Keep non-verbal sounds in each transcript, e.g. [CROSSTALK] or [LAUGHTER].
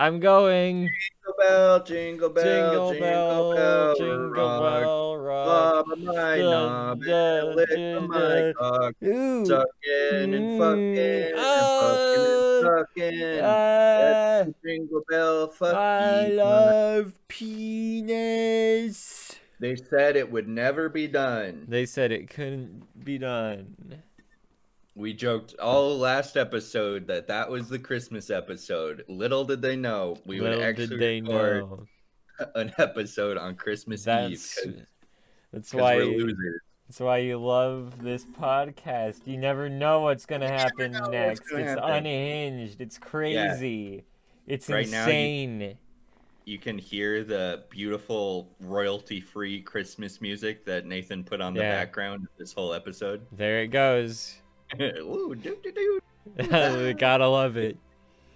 I'm going. Jingle bell, jingle bell, Jingle bell, jingle rock. bell, rock. Bob my Da, knob da, and lick da, my da. cock. Ooh. Sucking and Mm. fucking and Oh. fucking and sucking. Ah, Jingle bell, fuck I you. love penis. They said it would never be done. They said it couldn't be done. We joked all last episode that that was the Christmas episode. Little did they know we Little would actually did they record know. an episode on Christmas That's Eve that's because why we're losers. that's why you love this podcast. You never know what's gonna happen know what's next. gonna it's happen. unhinged. It's crazy. It's Right now you- insane. You can hear the beautiful royalty-free Christmas music that Nathan put on the Yeah. background of this whole episode. [LAUGHS] There it goes. [LAUGHS] Ooh, doo-doo-doo. we gotta love it.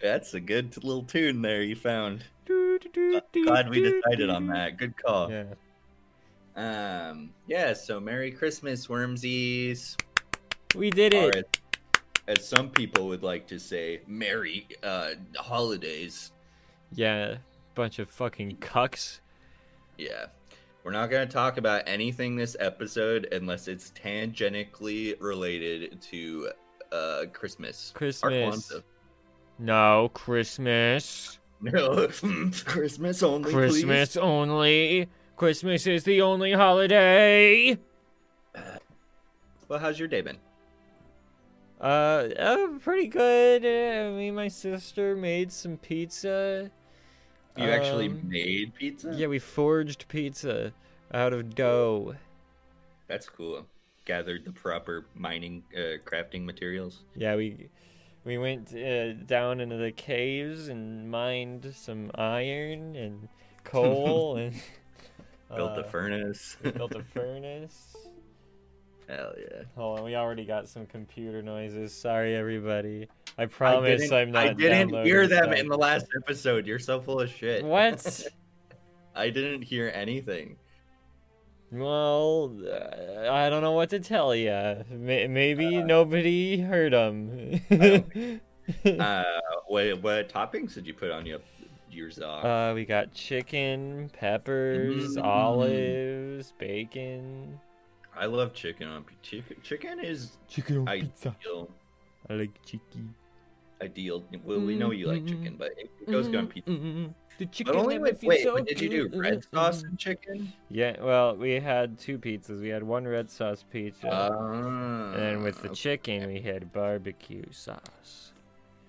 That's a good little tune there you found. Glad we decided on that. Oh, Good call. Yeah. Um, yeah, so Merry Christmas, Wormsies. We did Or it. as, as some people would like to say, Merry uh, Holidays. Yeah. Bunch of fucking cucks. Yeah. We're not going to talk about anything this episode unless it's tangentially related to uh, Christmas. Or Christmas. Kwanzaa. No, Christmas. [LAUGHS] No, Christmas only. Christmas only. Christmas is the only holiday. Please. Well, how's your day been? Uh, uh pretty good. Uh, me and my sister made some pizza. You actually Um, made pizza? Yeah, we forged pizza out of dough. That's cool. Gathered the proper mining, uh, crafting materials. Yeah, we we went uh, down into the caves and mined some iron and [LAUGHS] coal and Built the uh, [LAUGHS] furnace. we built a furnace. Hell yeah. Hold on, we already got some computer noises. Sorry, everybody. I promise didn't- I'm not. I didn't hear downloading them stuff. in the last episode. You're so full of shit. [LAUGHS] What? I didn't hear anything. well, uh, I don't know what to tell you. Maybe nobody heard them. [LAUGHS] Uh, what, what toppings did you put on your yours? Uh, Uh, we got chicken, peppers, Mm. olives, bacon. I love chicken on chicken. Chicken is Chicken on I- pizza. ideal. I like chicken. Ideal. Well, we Mm, know you like chicken, but it goes good on pizza. Mm-hmm. The chicken But only with wait, what did you do? Red sauce and chicken? Mm-hmm. Yeah, well, we had two pizzas. We had one red sauce pizza, Ah. and then with the chicken, we had barbecue sauce.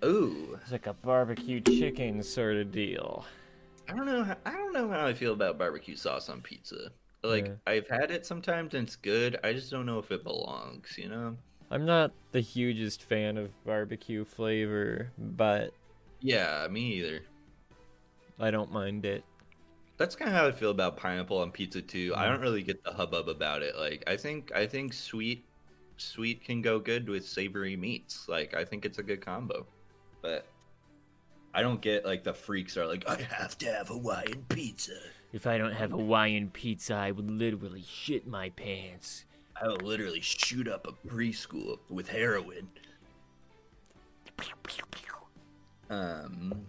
ooh, It's like a barbecue chicken sort of deal. I don't know. How, I don't know how I feel about barbecue sauce on pizza. Like Yeah. I've had it sometimes and it's good. I just don't know if it belongs. You know? I'm not the hugest fan of barbecue flavor, but Yeah, me either. I don't mind it. That's kind of how I feel about pineapple on pizza too. I Mm. don't really get the hubbub about it. Like I think I think sweet sweet can go good with savory meats. Like I think it's a good combo. But I don't get like the freaks are like I have to have Hawaiian pizza. If I don't have Hawaiian pizza, I would literally shit my pants. I will literally shoot up a preschool with heroin. Um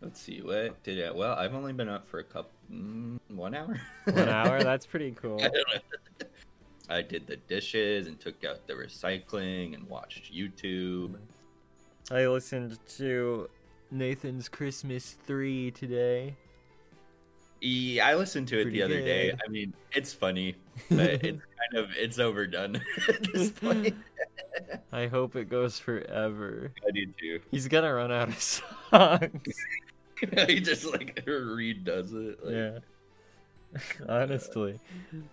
let's see what did I well, I've only been up for a couple mm, 1 hour. One [LAUGHS] hour? That's pretty cool. I did the dishes and took out the recycling and watched YouTube. I listened to Nathan's Christmas 3 today. E- I listened to it Pretty the other day. good. I mean, it's funny, but it's [LAUGHS] kind of it's overdone [LAUGHS] at this point. I hope it goes forever. I do too. [LAUGHS] He's gonna run out of [LAUGHS] songs. he just like [LAUGHS] redoes it. Like, yeah. [LAUGHS] Honestly,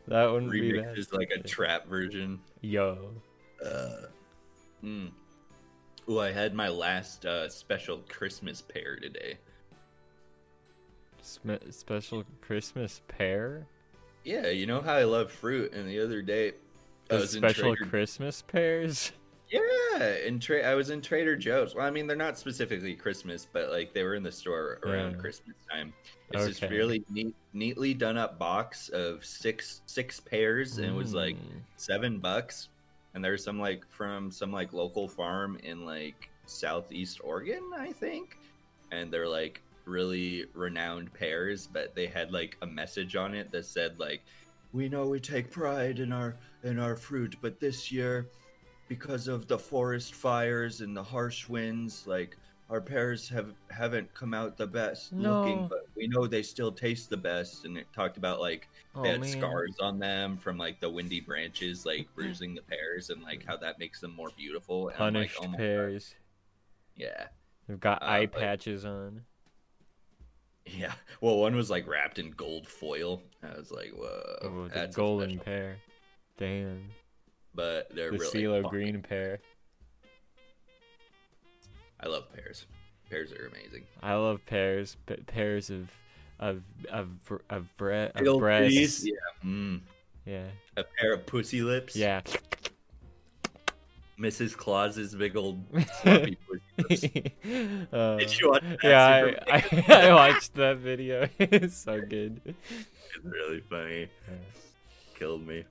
that wouldn't be bad. Remixes like a trap version. Yo. Uh, mm. Oh, I had my last uh, special Christmas pear today. Sm- special Christmas pear? Yeah, you know how I love fruit, and the other day I There's was in special Trader Christmas pears? Yeah, and tra- I was in Trader Joe's. Well, I mean, they're not specifically Christmas, but like they were in the store around Yeah. Christmas time. It's just Okay. really neat, neatly done up box of six six pairs, and it was like Mm. seven bucks. And there's some like from some like local farm in like southeast Oregon, I think. And they're like really renowned pears, but they had like a message on it that said like, "We know we take pride in our in our fruit, but this year, because of the forest fires and the harsh winds, like our pears have haven't come out the best No. looking, but we know they still taste the best." And it talked about like Oh, they had man. scars on them from like the windy [LAUGHS] branches, like bruising the pears, and like how that makes them more beautiful. And I'm like, Punished "Oh my God." pears. Yeah. [LAUGHS] They've got Uh, eye but- patches on. Yeah. Well, one was like wrapped in gold foil. I was like, whoa, Oh, the that's a golden special- pear. Damn. But they're the really CeeLo fun. Green pear. I love pears. Pears are amazing. I love pears. P- pears of of of br- of, bre- of Real breasts. trees, Yeah. Mm. Yeah. A pair of pussy lips. Yeah. Mrs. Claus's [LAUGHS] big old sloppy pussy lips. Uh, Did you watch that? yeah, Super- I, [LAUGHS] I, I watched that video. [LAUGHS] it's so good. It's really funny. Yeah. Killed me.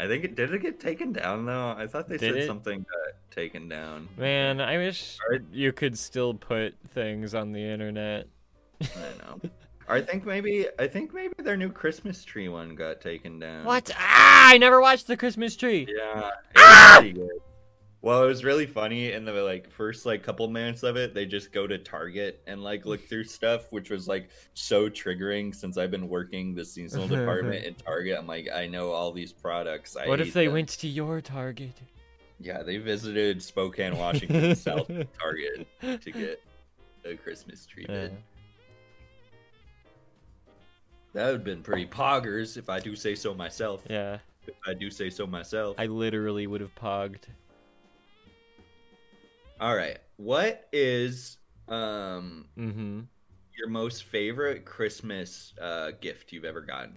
I think it did it get taken down though. I thought they Did said it? something got taken down. Man, I wish Alright. you could still put things on the internet. I [LAUGHS] don't know. I think maybe I think maybe their new Christmas tree one got taken down. What? Ah, I never watched the Christmas tree. Yeah. it was pretty good. Well, it was really funny in the like first like couple minutes of it. They just go to Target and like look [LAUGHS] through stuff, which was like so triggering since I've been working the [LAUGHS] seasonal department in Target. I'm like, I know all these products. I What if hate they them. went to your Target? Yeah, they visited [LAUGHS] Spokane, Washington, South Target [GASPS] to get a Christmas tree Yeah. bid. That would have been pretty poggers if I do say so myself. Yeah, If I do say so myself. I literally would have pogged. All right, what is um Mm-hmm. your most favorite Christmas uh, gift you've ever gotten,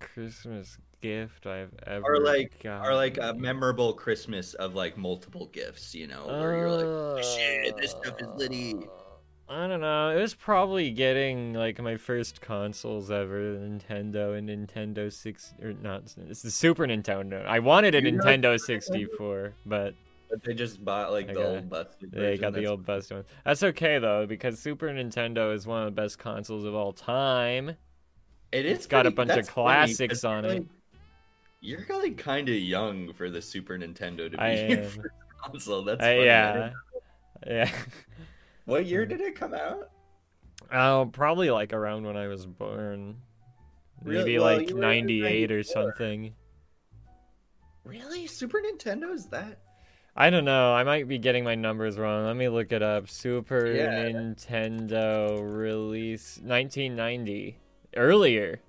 Christmas gift I've ever. or like, or like a gotten. memorable Christmas of like multiple gifts, you know, where you're like, "Shit, this stuff is litty." Uh, I don't know. It was probably getting like my first consoles ever, the Nintendo and Nintendo six or not. It's the Super Nintendo. I wanted a You know- Nintendo sixty four, but but they just bought like Uh, I the got- old busted they version got the that's- old best one. That's okay though, because Super Nintendo is one of the best consoles of all time. It it's is got a pretty- bunch of that's funny, 'cause classics you're, on it. like- You're really kind of young for the Super Nintendo to I be [LAUGHS] your am. first console. That's Uh, funny. I yeah, didn't- yeah. [LAUGHS] What year did it come out? Oh, probably like around when I was born. Really? Maybe Well, like you were in 98 or 94. something. Really, Super Nintendo is that? I don't know. I might be getting my numbers wrong. Let me look it up. Super Yeah. Nintendo release 1990. Earlier.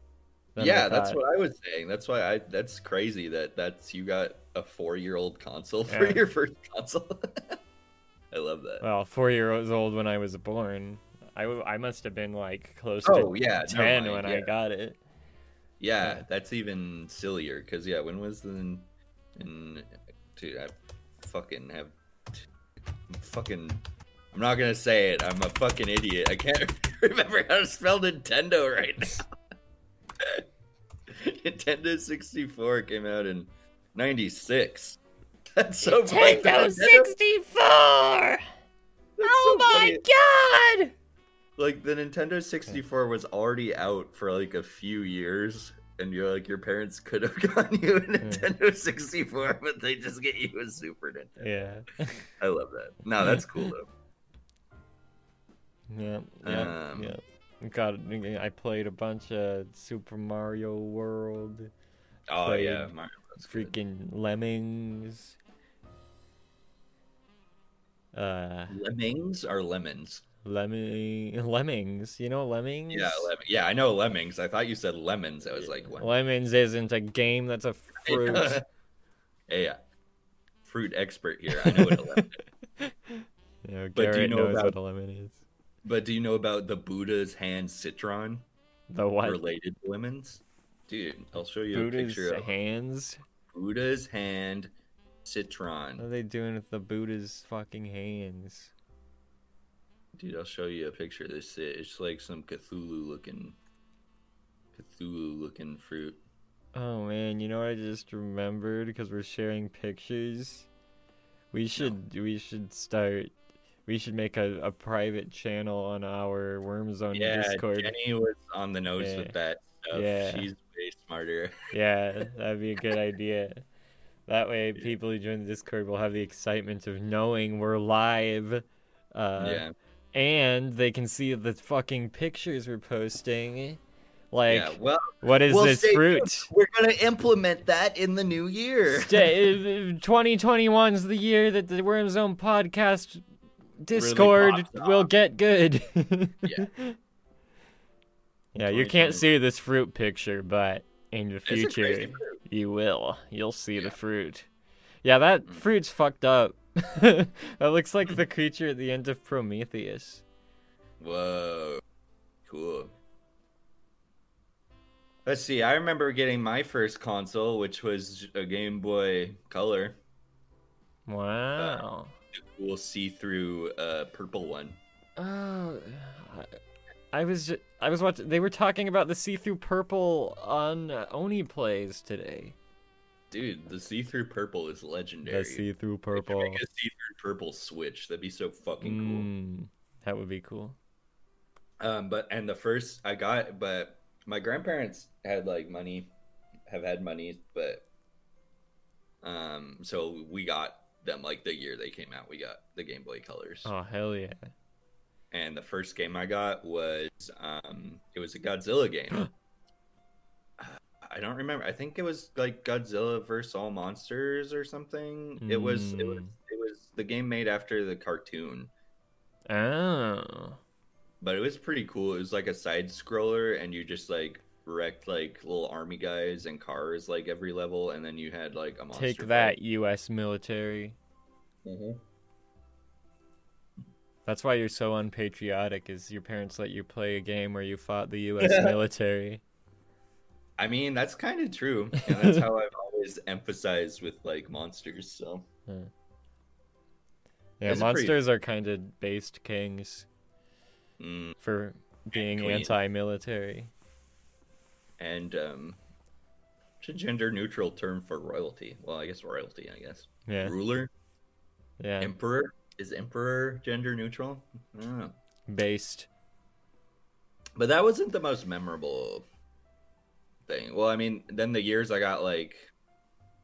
than I yeah, that's thought. what I was saying. That's why I. That's crazy that that's you got a four-year-old console for Yeah. your first console. [LAUGHS] I love that. Well, four years old when I was born. I, w- I must have been like close oh to yeah, never 10 mind, when yeah. I got it. Yeah, that's even sillier. Cause yeah, when was the? In, dude, I fucking have. I'm fucking. I'm not gonna say it. I'm a fucking idiot. I can't [LAUGHS] remember how to spell Nintendo right now. [LAUGHS] Nintendo 64 came out in 96. [LAUGHS] That's so funny. Nintendo- 64! that's Oh so my funny. god! Like the Nintendo 64 was already out for like a few years, and you're like your parents could have [LAUGHS] gotten you a Nintendo 64, but they just get you a Super Nintendo. Yeah. I love that. No, that's cool though. Yeah, yeah, Um, yeah. God, I played a bunch of Super Mario World, Oh Played yeah, Mario Bros. good. freaking Lemmings. Uh, Lemmings are lemons. lemming, lemmings. You know lemmings. Yeah, lem- yeah, I know lemmings. I thought you said lemons. I was like, [LAUGHS] what? Lemmings isn't a game. That's a [LAUGHS] fruit. Hey, yeah, fruit expert here. I know what a lemon. is. [LAUGHS] You know, But do you Garrett know knows about- what a lemon is. But do you know about the Buddha's hand citron The what? related to lemons? Dude, I'll show you a Buddha's picture of hands. Buddha's hand What are citron. they doing with the Buddha's fucking hands? Dude, I'll show you a picture of this. shit. It's like some Cthulhu looking, Cthulhu looking fruit. Oh man, you know what I just remembered because we're sharing pictures. We should we should start we should make a, a private channel on our worm was on yeah, Discord. Jenny was on the nose Yeah. with that stuff. Yeah. She's way smarter. [LAUGHS] [LAUGHS] Yeah, that'd be a good idea. That way, people who join the Discord will have the excitement of knowing we're live. Uh, yeah. And they can see the fucking pictures we're posting. Like, yeah. Well, what is well, this stay fruit? tuned. We're gonna implement that in the new year. Stay- 2021's uh, the year that the Worm Zone podcast Discord pops will off. get good. [LAUGHS] Yeah. Yeah, you can't 2021. see this fruit picture, but in the It's a future. crazy fruit. You will. You'll see the Yeah. fruit. Yeah, that Mm. fruit's fucked up. [LAUGHS] that looks like the creature at the end of Prometheus. Whoa. Cool. Let's see. I remember getting my first console, which was a Game Boy Color, Uh, Wow. the cool see-through uh, purple one. Oh, I, I was ju- I was watching. They were talking about the see-through purple on uh, Oni plays today. Dude, the see-through purple is legendary. The see-through They should purple. Make a see-through purple switch. That'd be so fucking cool. Mm, that would be cool. Mm. Um, but and the first I got, but my grandparents had like money, have had money, but um, so we got them like the year they came out. We got the Game Boy Colors, Oh hell yeah! and the first game I got was um, it was a Godzilla [GASPS] game. Uh, I don't remember. I think it was like Godzilla versus All Monsters or something. It was it was Mm. it was the game made after the cartoon. Oh, but it was pretty cool. It was like a side scroller, and you just like wrecked like little army guys and cars like every level, and then you had like a monster. take that, U.S. military. Mhm. That's why you're so unpatriotic. Is your parents let you play a game where you fought the [LAUGHS] U.S. military? I mean, that's kind of true, and [LAUGHS] that's how I've always emphasized with like monsters. So Yeah, That's a pretty- monsters are kind of based kings mm. for being queen. anti-military. and um, it's a gender neutral term for royalty. Well, I guess royalty. I guess Yeah, ruler, yeah, emperor. Is emperor gender neutral? I don't know. based. But that wasn't the most memorable thing. Well, I mean, then the years I got like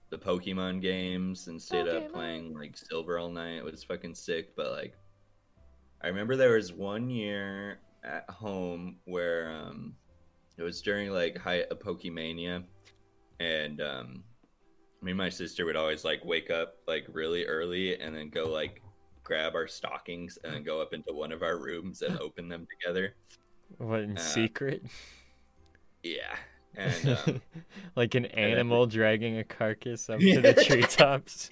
the Pokemon games and stayed up playing like Silver all night it was fucking sick. But like, I remember there was one year at home where um, it was during like high a Pokemania, and um, me and my sister would always like wake up like really early and then go like grab our stockings and then go up into one of our rooms and open them together. What in Uh, secret? Yeah. And um, [LAUGHS] like an then- animal dragging a carcass up Yeah. to [LAUGHS] the treetops.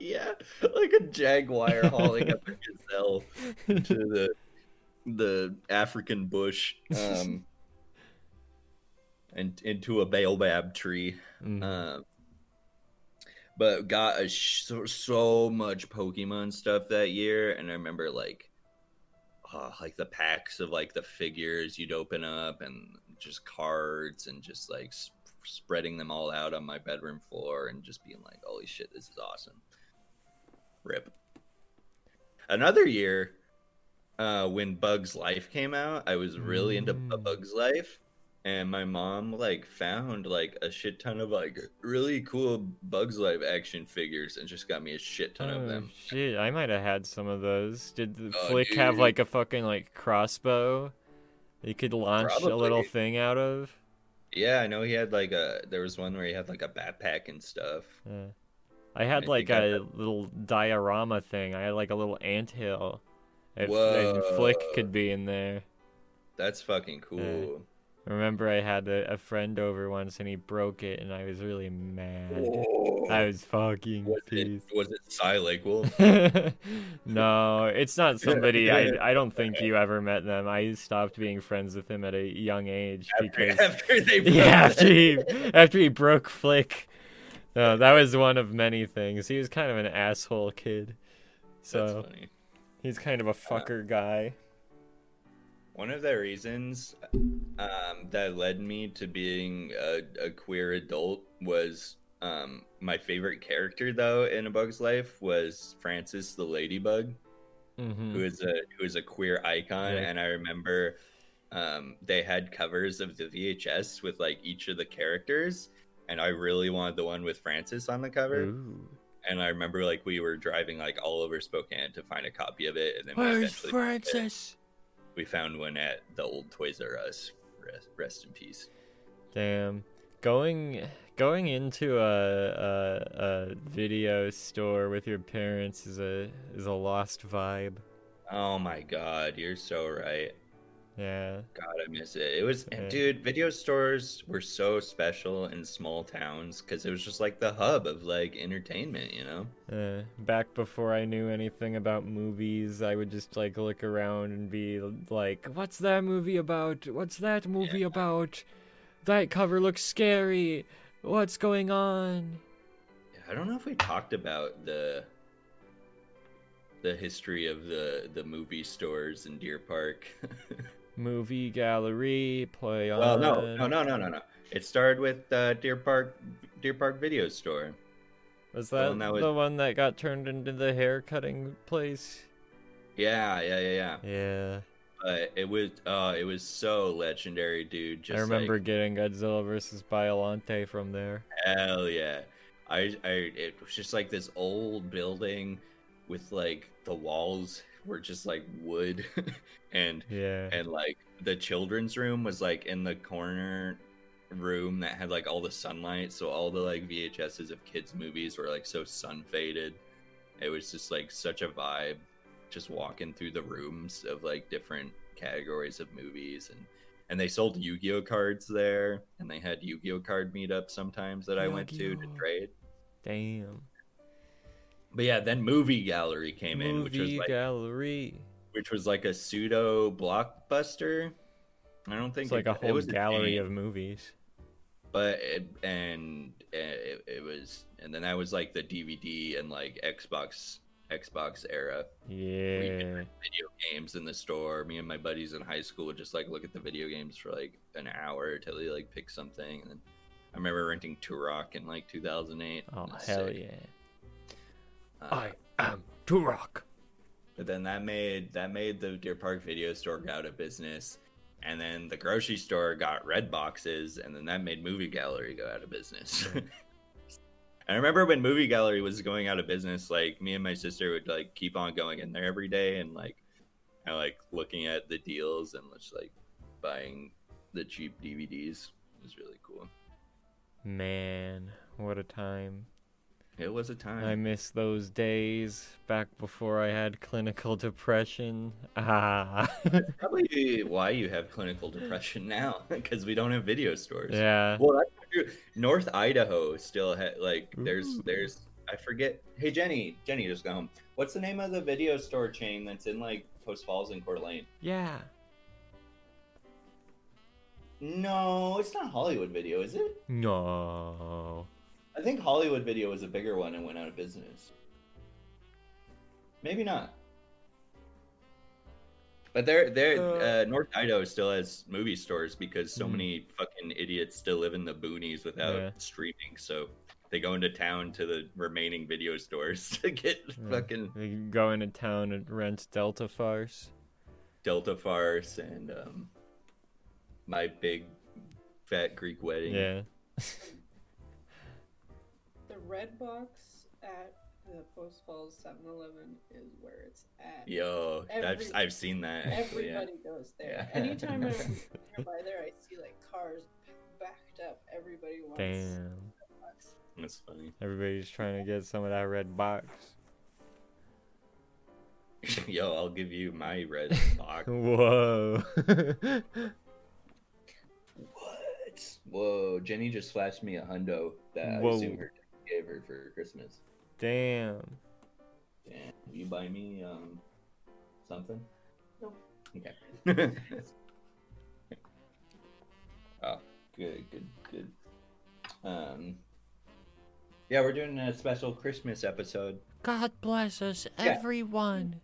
yeah, like a jaguar hauling up a gazelle to the the African bush um, and into a baobab tree. Mm. Um, but got a sh- so, so much Pokemon stuff that year, and I remember like, uh, like the packs of like the figures you'd open up, and just cards, and just like sp- spreading them all out on my bedroom floor, and just being like, "Holy shit, this is awesome!" Rip. Another year, uh, when Bugs Life came out, I was really into Mm. Bugs Life, and my mom like found like a shit ton of like really cool Bugs Life action figures and just got me a shit ton Oh, of them. shit, I might have had some of those. Did the Oh, flick have dude. like a fucking like crossbow? that You could launch a little Probably. thing out of. Yeah, I know he had like a there was one where he had like a backpack and stuff. Yeah. Uh, I had I like think I a little diorama thing. I had like a little anthill. If, and Flick Whoa. could be in there. That's fucking Uh, cool. Remember, I had a, a friend over once and he broke it, and I was really mad. Whoa. I was fucking was it pissed. was it Psylocke Wolf? [LAUGHS] no, it's [LAUGHS] not somebody. I I don't think you ever met them. I stopped being friends with him at a young age because [LAUGHS] after they broke yeah, after that. he after he broke Flick. No, that was one of many things. He was kind of an asshole kid. That's So funny. Uh, he's kind of a fucker guy. One of the reasons um, that led me to being a, a queer adult was um, my favorite character, though, in A Bug's Life was Francis the Ladybug. Mhm. who is a who is a queer icon, Yeah. and I remember um, they had covers of the VHS with like each of the characters, and I really wanted the one with Francis on the cover. Ooh. And I remember like we were driving like all over Spokane to find a copy of it, and then we Where's eventually Francis? we found one at the old Toys R Us. Rest, rest in peace. Damn. Going going into a, a a video store with your parents is a is a lost vibe. Oh my god, you're so right. Yeah. God, I miss it. It was, and Yeah. dude, video stores were so special in small towns because it was just like the hub of like entertainment, you know? Uh, back before I knew anything about movies, I would just like look around and be like, "What's that movie about? What's that movie about? That cover looks scary. What's going on?" I don't know if we talked about the the history of the the movie stores in Deer Park. [LAUGHS] Movie gallery play on. well, no, no, no, no, no, no. It started with uh, Deer Park Deer Park Video Store. Was The that one that was- the one that got turned into the hair cutting place? Yeah, yeah, yeah, yeah. Yeah, But it was uh, it was so legendary, dude. Just I remember like, getting Godzilla versus Biollante from there. Hell yeah. I, I it was just like this old building with like the walls were just like wood [LAUGHS] and Yeah, and like the children's room was like in the corner room that had like all the sunlight so all the like VHSs of kids movies were like so sun faded. It was just like such a vibe just walking through the rooms of like different categories of movies and and they sold Yu-Gi-Oh cards there and they had Yu-Gi-Oh card meetups sometimes that I went to to Yu-Gi-Oh. trade. damn. But yeah, then movie gallery came Movie in which was like gallery. which was like a pseudo blockbuster. I don't think It's like it- a it whole was gallery chain, of movies. but it, and uh, it, it was and then that was like the DVD and like Xbox Xbox era Yeah. video games in the store. Me and my buddies in high school would just like look at the video games for like an hour till they like pick something. And then I remember renting Turok in like 2008. Oh It was hell sick. yeah. Uh, am Turok. But then that made that made the Deer Park video store go out of business, and then the grocery store got red boxes, and then that made movie gallery go out of business. [LAUGHS] I remember when movie gallery was going out of business, like me and my sister would like keep on going in there every day and like and like looking at the deals and just like buying the cheap DVDs. It was really cool. Man, what a time. It was a time. I miss those days back before I had clinical depression. [LAUGHS] Ah. Probably why you have clinical depression [LAUGHS] now, because we don't have video stores. yeah. Well, that's not true. North Idaho still had like there's Ooh. there's I forget. Hey Jenny, Jenny just got home. What's the name of the video store chain that's in like Post Falls and Coeur d'Alene? Yeah. No, it's not Hollywood Video, is it? No. I think Hollywood Video was a bigger one and went out of business. Maybe not. But there, there, uh, Uh. North Idaho still has movie stores because so Mhm. many fucking idiots still live in the boonies without Yeah. streaming. So they go into town to the remaining video stores [LAUGHS] to get Yeah. fucking They go into town and rent Delta Farce. Delta Farce and um, my big fat Greek wedding. Yeah. The red box at the Post Falls 7 Eleven is where it's at. Yo, Every- I've, I've seen that. Actually, yeah. Everybody goes there. Yeah. Anytime [LAUGHS] I'm nearby there, I see like cars backed up. Everybody wants Damn. red box. That's funny. Everybody's trying to get some of that red box. [LAUGHS] Yo, I'll give you my red box. Whoa. [LAUGHS] What? Whoa, Jenny just flashed me a hundo that I Whoa. assume her dad gave her for Christmas. Damn. Damn, will you buy me um something? No. Okay. oh, good, good, good. Um, yeah, we're doing a special Christmas episode. God bless us, Yeah. everyone.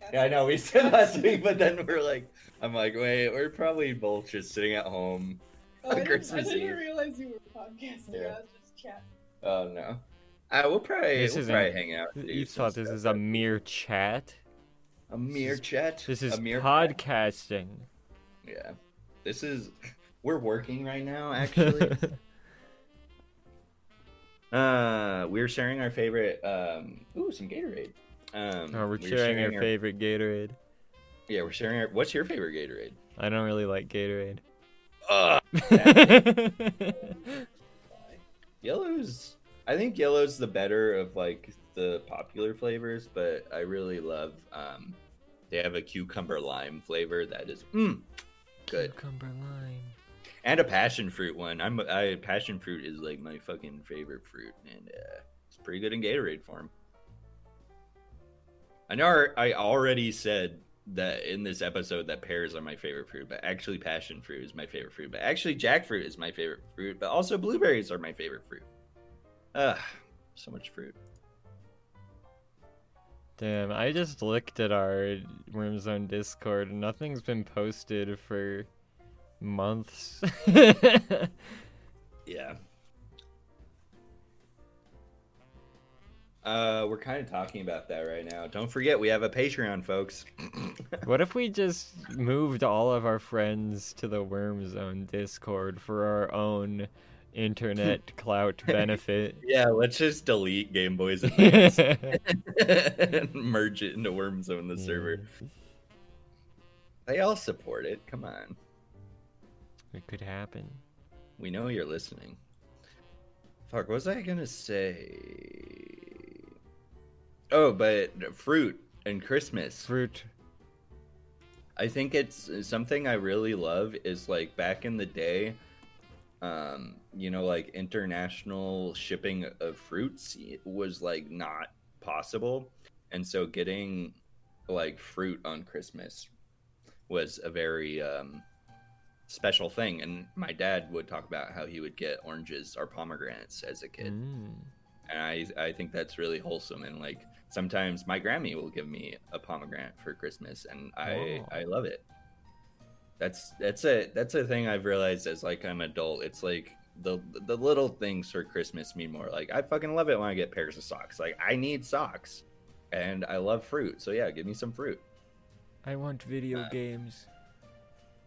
That's Yeah, I know we said last week, but then we're like, I'm like, wait, we're probably both just sitting at home. Oh, I, on didn't, Christmas I didn't Eve. realize you were podcasting. Yeah. I was just chatting. Oh no, I will probably This we'll isn't- probably hang out. and do You some thought this stuff. is a mere chat? A mere chat. This is a mere podcasting. Yeah. This is we're working right now [LAUGHS] actually. uh we're sharing our favorite um ooh, some Gatorade. oh, Um we're we're sharing our favorite Gatorade. Yeah, we're sharing our What's your favorite Gatorade? I don't really like Gatorade. Uh [LAUGHS] Why? yellow's I think yellow's the better of like the popular flavors, but I really love um they have a cucumber lime flavor that is mm, good. Cucumber lime. and a passion fruit one. I'm I passion fruit is like my fucking favorite fruit, and uh, it's pretty good in Gatorade form. I know I- I already said that in this episode that pears are my favorite fruit, but actually passion fruit is my favorite fruit. But actually jackfruit is my favorite fruit, but also blueberries are my favorite fruit. Ugh, so much fruit. Damn, I just looked at our Wormzone Discord and nothing's been posted for months. [LAUGHS] Yeah. Uh, we're kind of talking about that right now. Don't forget, we have a Patreon, folks. [CLEARS THROAT] what if we just moved all of our friends to the Wormzone Discord for our own [LAUGHS] internet clout benefit? Yeah, let's just delete Game Boys [LAUGHS] Advance the and merge it into Worm Zone, the Mm. server. They all support it. Come on. It could happen. We know you're listening. Fuck, what was I gonna say? Oh, but fruit and Christmas. Fruit. I think it's uh, something I really love is like back in the day, um, you know, like international shipping of fruits was like not possible. And so getting like fruit on Christmas was a very um, special thing. And my dad would talk about how he would get oranges or pomegranates as a kid Mm. and I I think that's really wholesome and like sometimes my Grammy will give me a pomegranate for Christmas and I Wow. I love it. That's that's a that's a thing I've realized as like I'm an adult. It's like the the little things for Christmas mean more. Like I fucking love it when I get pairs of socks. Like I need socks, and I love fruit. So yeah, give me some fruit. I want video Uh, games.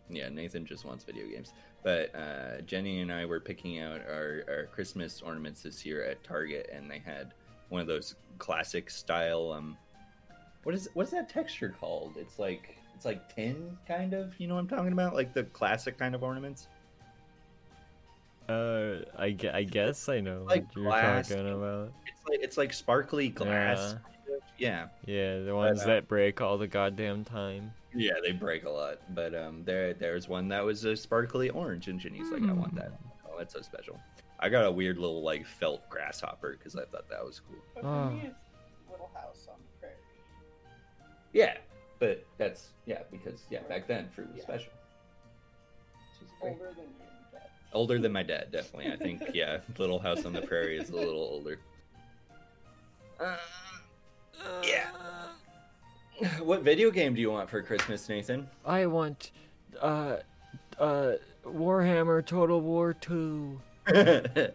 Yeah, Nathan just wants video games. But uh, Jenny and I were picking out our, our Christmas ornaments this year at Target, and they had one of those classic style. Um, what is what is that texture called? It's like it's like tin, kind of. You know what I'm talking about? Like the classic kind of ornaments. Uh, I, gue- I guess I know Like what you're glass. talking about. It's like it's like sparkly glass. Yeah. kind of. Yeah, Yeah, the ones uh, that break all the goddamn time. yeah, they break a lot. But um, there there's one that was a sparkly orange, and Jenny's like, I want that. Oh, that's so special. I got a weird little like felt grasshopper because I thought that was cool. But for Oh. me, it's Little House on the Prairie. Yeah, but that's yeah because yeah Right. back then fruit was Yeah. special. Which is great. Older than you, but Older than my dad, definitely. I think yeah, [LAUGHS] Little House on the Prairie is a little older. Uh, yeah. What video game do you want for Christmas, Nathan? I want, uh, uh, Warhammer Total War 2. [LAUGHS]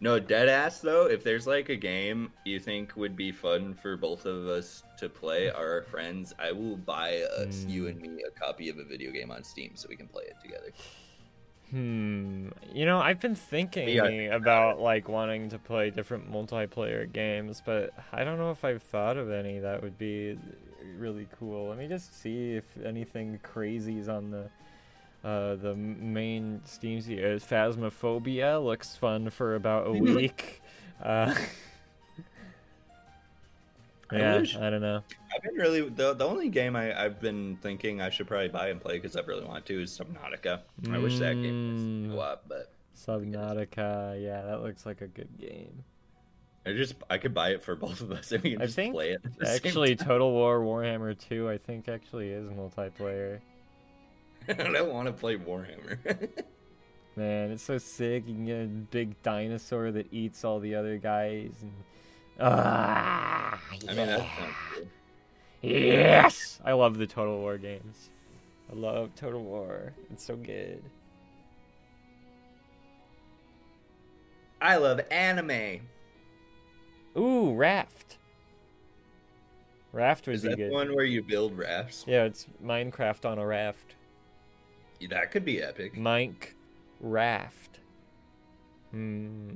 no, dead ass though. If there's like a game you think would be fun for both of us to play, our friends, I will buy us, you Hmm. and me, a copy of a video game on Steam so we can play it together. Hmm. You know, I've been thinking Yeah. about, like, wanting to play different multiplayer games, but I don't know if I've thought of any that would be really cool. Let me just see if anything crazy is on the. Uh, the m- main Steam series, Phasmophobia, looks fun for [LAUGHS] about a week. Uh, [LAUGHS] I yeah, wish- I don't know. I've been really the, the only game I, I've been thinking I should probably buy and play because I really want to is Subnautica. I wish that Mm. game was co-op, but Subnautica, yeah, that looks like a good game. I just I could buy it for both of us [LAUGHS] and we can I just think play it. [LAUGHS] at the same Actually, Total War Warhammer 2, I think, actually is multiplayer. time. I don't want to play Warhammer. [LAUGHS] Man, it's so sick. You can get a big dinosaur that eats all the other guys. And... Ah, I mean, that yeah. sounds cool. yes! I love the Total War games. I love Total War. It's so good. I love anime. Ooh, Raft. Raft would Is be that the good. one where you build rafts? Yeah, it's Minecraft on a raft. That could be epic. Mike Raft. Hmm.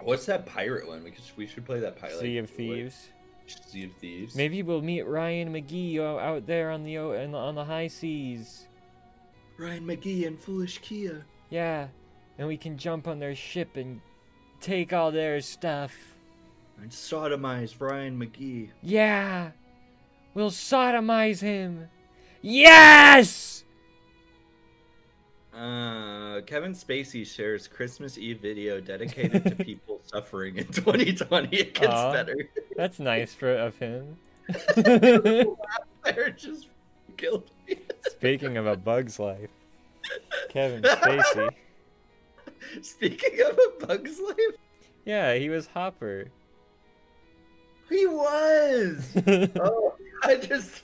What's that pirate one? We could, we should play that pirate. Sea of Thieves. Sea of Thieves. Maybe we'll meet Ryan McGee o- out there on the o- in the- on the high seas. Ryan McGee and Foolish Kia. Yeah, and we can jump on their ship and take all their stuff. And sodomize Ryan McGee. Yeah, we'll sodomize him. Yes. Uh, Kevin Spacey shares Christmas Eve video dedicated to people suffering in 2020. It gets Aw. better. [LAUGHS] That's nice for of him. [LAUGHS] They're just killed me. Speaking of a bug's life, Kevin Spacey. [LAUGHS] Speaking of a Bug's Life, Yeah, he was Hopper. [LAUGHS] he was. oh, I just, I just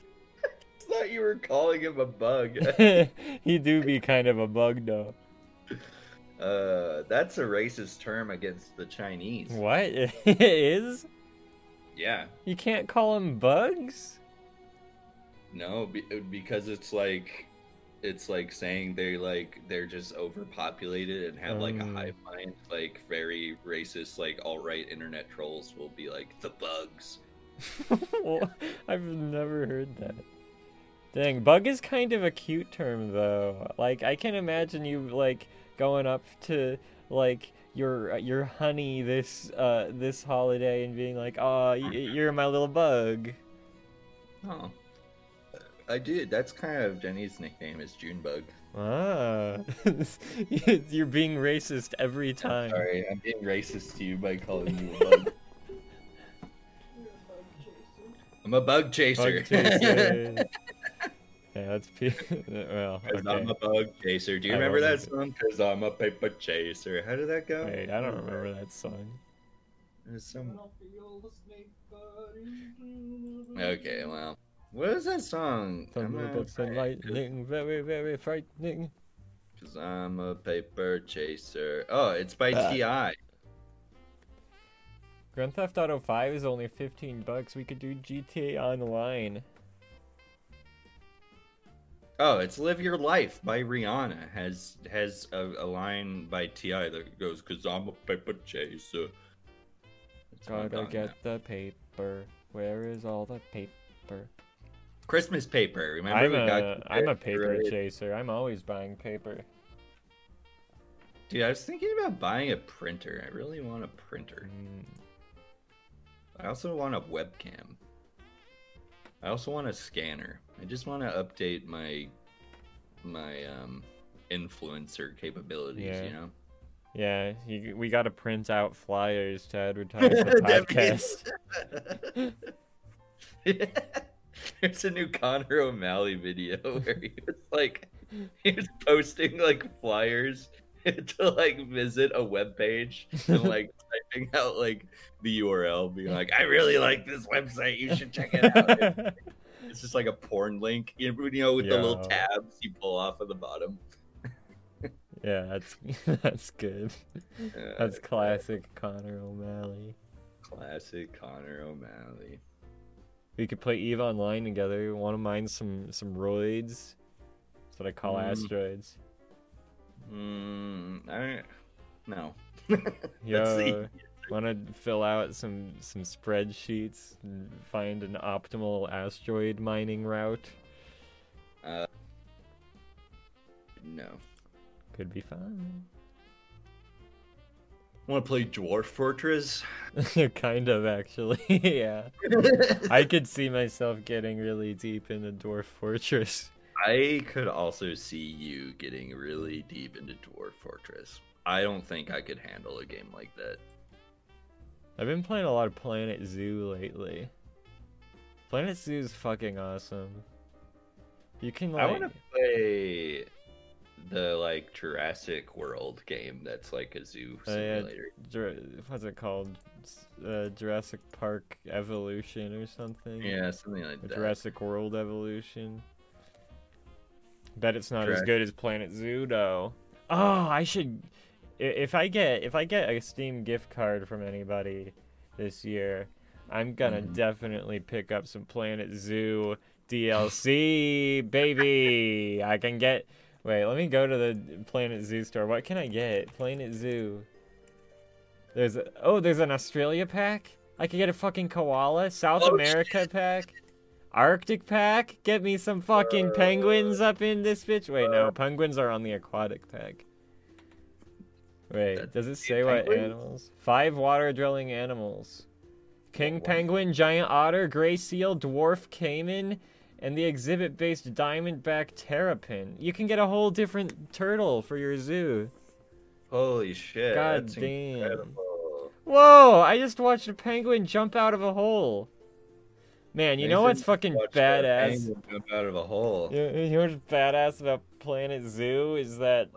thought you were calling him a bug. [LAUGHS] he do be kind of a bug though. Uh, that's a racist term against the Chinese. What [LAUGHS] it is? Yeah, You can't call them bugs. no, be- uh, because it's like, it's like saying they like they're just overpopulated and have like a Mm. hive mind. Like very racist, like all right internet trolls will be like the bugs. [LAUGHS] Well, I've never heard that. Dang, bug is kind of a cute term though. Like I can imagine you like going up to like your uh, your honey this uh this holiday and being like, "Oh, y- you're my little bug." Oh, I did. That's kind of Jenny's nickname is Junebug. Ah. [LAUGHS] you're being racist every time. Sorry, I'm being racist to you by [LAUGHS] calling you a bug. You're a bug chaser. I'm a bug chaser. Bug [LAUGHS] chaser. [LAUGHS] yeah, that's [LAUGHS] p- well. Because okay. I'm a bug chaser. Do you I don't remember remember. that song? Because I'm a paper chaser. How did that go? Wait, I don't remember that song. It was some- Don't be old snake, buddy. [LAUGHS] Okay, well. What is that song? Thunderbolts and lightning, very, very frightening. Because I'm a paper chaser. Oh, it's by Uh. T.I. Grand Theft Auto 5 is only 15 bucks. We could do GTA Online. Oh, it's "Live Your Life" by Rihanna. Has has a, a line by Ti that goes, "Cause I'm a paper chaser." It's not Gotta on get that. the paper. Where is all the paper? Christmas paper. Remember, I'm we got a, I'm a paper right? chaser. I'm always buying paper. Dude, I was thinking about buying a printer. I really want a printer. Mm, I also want a webcam. I also want a scanner. I just want to update my my um influencer capabilities, Yeah. [LAUGHS] you know. Yeah, you, we gotta print out flyers [LAUGHS] to advertise the podcast. [LAUGHS] There's a new Connor O'Malley video [LAUGHS] where he was like he was posting like flyers [LAUGHS] to like visit a webpage and like typing out like the URL being like, I really like this website, you should check it [LAUGHS] out. It's just like a porn link, you know, with the little Yeah. tabs you pull off at the bottom. yeah, that's [LAUGHS] that's good. Uh, That's classic Connor O'Malley. classic Connor O'Malley. We could play Eve online together. Want to mine some some roids? That's what I call Mm. asteroids. Mm, I don't no. [LAUGHS] Let's see. Yo, want to fill out some some spreadsheets and find an optimal asteroid mining route? uh, No. Could be fun. [LAUGHS] Want to play Dwarf Fortress? kind of actually, [LAUGHS] yeah. [LAUGHS] I could see myself getting really deep into Dwarf Fortress. I could also see you getting really deep into Dwarf Fortress. I don't think I could handle a game like that. I've been playing a lot of Planet Zoo lately. Planet Zoo is fucking awesome. You can like I want to play the like Jurassic World game that's like a zoo Oh, yeah. simulator. Jur- what's it called? S- Uh, Jurassic Park Evolution or something? yeah. something like Or that. Jurassic World Evolution. Bet it's not as Jurassic- good as Planet Zoo though. Oh, I should. i- If I get if I get a Steam gift card from anybody this year, I'm gonna Mhm. definitely pick up some Planet Zoo DLC, baby. I can get. Wait, let me go to the Planet Zoo store. What can I get? Planet Zoo. There's a... oh, there's an Australia pack. I could get a fucking koala. South Oh, America pack. Arctic pack. Get me some fucking penguins up in this bitch. Wait, no, penguins are on the aquatic pack. Wait, That's does it the say what penguins? animals? Five water drilling animals. King wow. penguin, giant otter, gray seal, dwarf caiman, and the exhibit based diamondback terrapin. You can get a whole different turtle for your zoo. Holy shit. God that's damn. incredible. Whoa, I just watched a penguin jump out of a hole. Man, you know Nathan what's just fucking watched a badass? penguin Jump out of a hole. [LAUGHS] You you know what's badass about Planet Zoo is that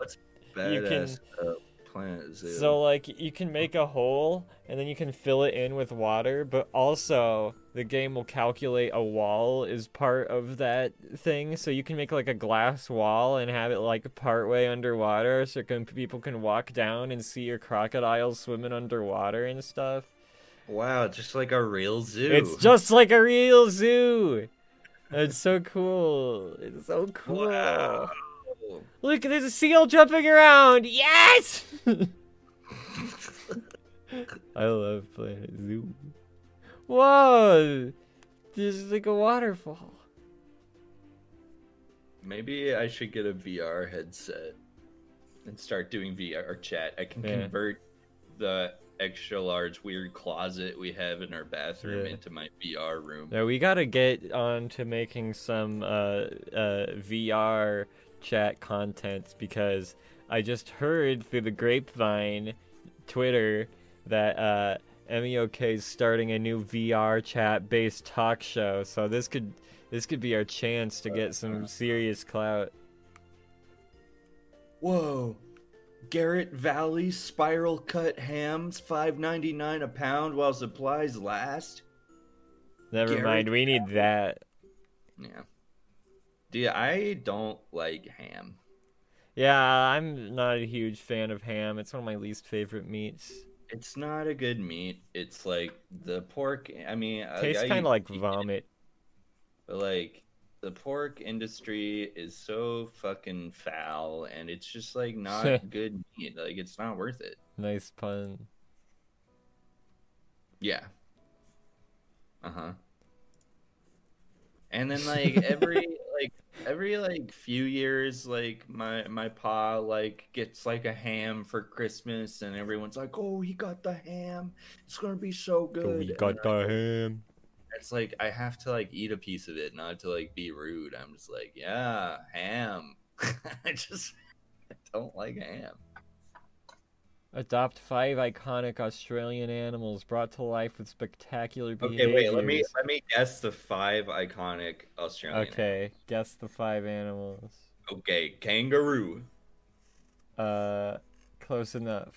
you can- Badass uh, Planet Zoo. So like you can make a hole and then you can fill it in with water, but also the game will calculate a wall is part of that thing, so you can make like a glass wall and have it like partway underwater, so can, people can walk down and see your crocodiles swimming underwater and stuff. wow, just like a real zoo. It's just like a real zoo. It's so cool. It's so cool. Wow. [LAUGHS] Look, there's a seal jumping around. Yes. [LAUGHS] I love Planet Zoo. Whoa! This is like a waterfall. Maybe I should get a VR headset and start doing VR chat. I can Yeah. convert the extra large weird closet we have in our bathroom Yeah. into my VR room. Yeah, we gotta get on to making some uh, uh, VR chat content because I just heard through the grapevine, Twitter, that uh, MEOK is starting a new VR chat-based talk show. So this could this could be our chance to get some serious clout. Whoa. Garrett Valley spiral cut hams, five ninety nine a pound while supplies last. Never Gary- mind, we need that. Yeah. Dude, I don't like ham. Yeah, I'm not a huge fan of ham. It's one of my least favorite meats. It's not a good meat. It's like the pork. I mean, I- Tastes I kind of like eat it, vomit. But like the pork industry is so fucking foul, and it's just [LAUGHS] like not good meat. Like it's not worth it. Nice pun. Yeah. Uh huh. And then [LAUGHS] like every like every like few years, like my my pa like gets like a ham for Christmas, and everyone's like, "Oh, he got the ham. It's gonna be so good." Oh, you And got the ham. it's like I have to like eat a piece of it, not to like be rude. I'm just like, yeah, ham. [LAUGHS] I just I don't like ham. Adopt five iconic Australian animals brought to life with spectacular Okay, behaviors. wait. Let me let me guess the five iconic Australian. Okay, guess the five animals. Okay, kangaroo. Uh, close enough.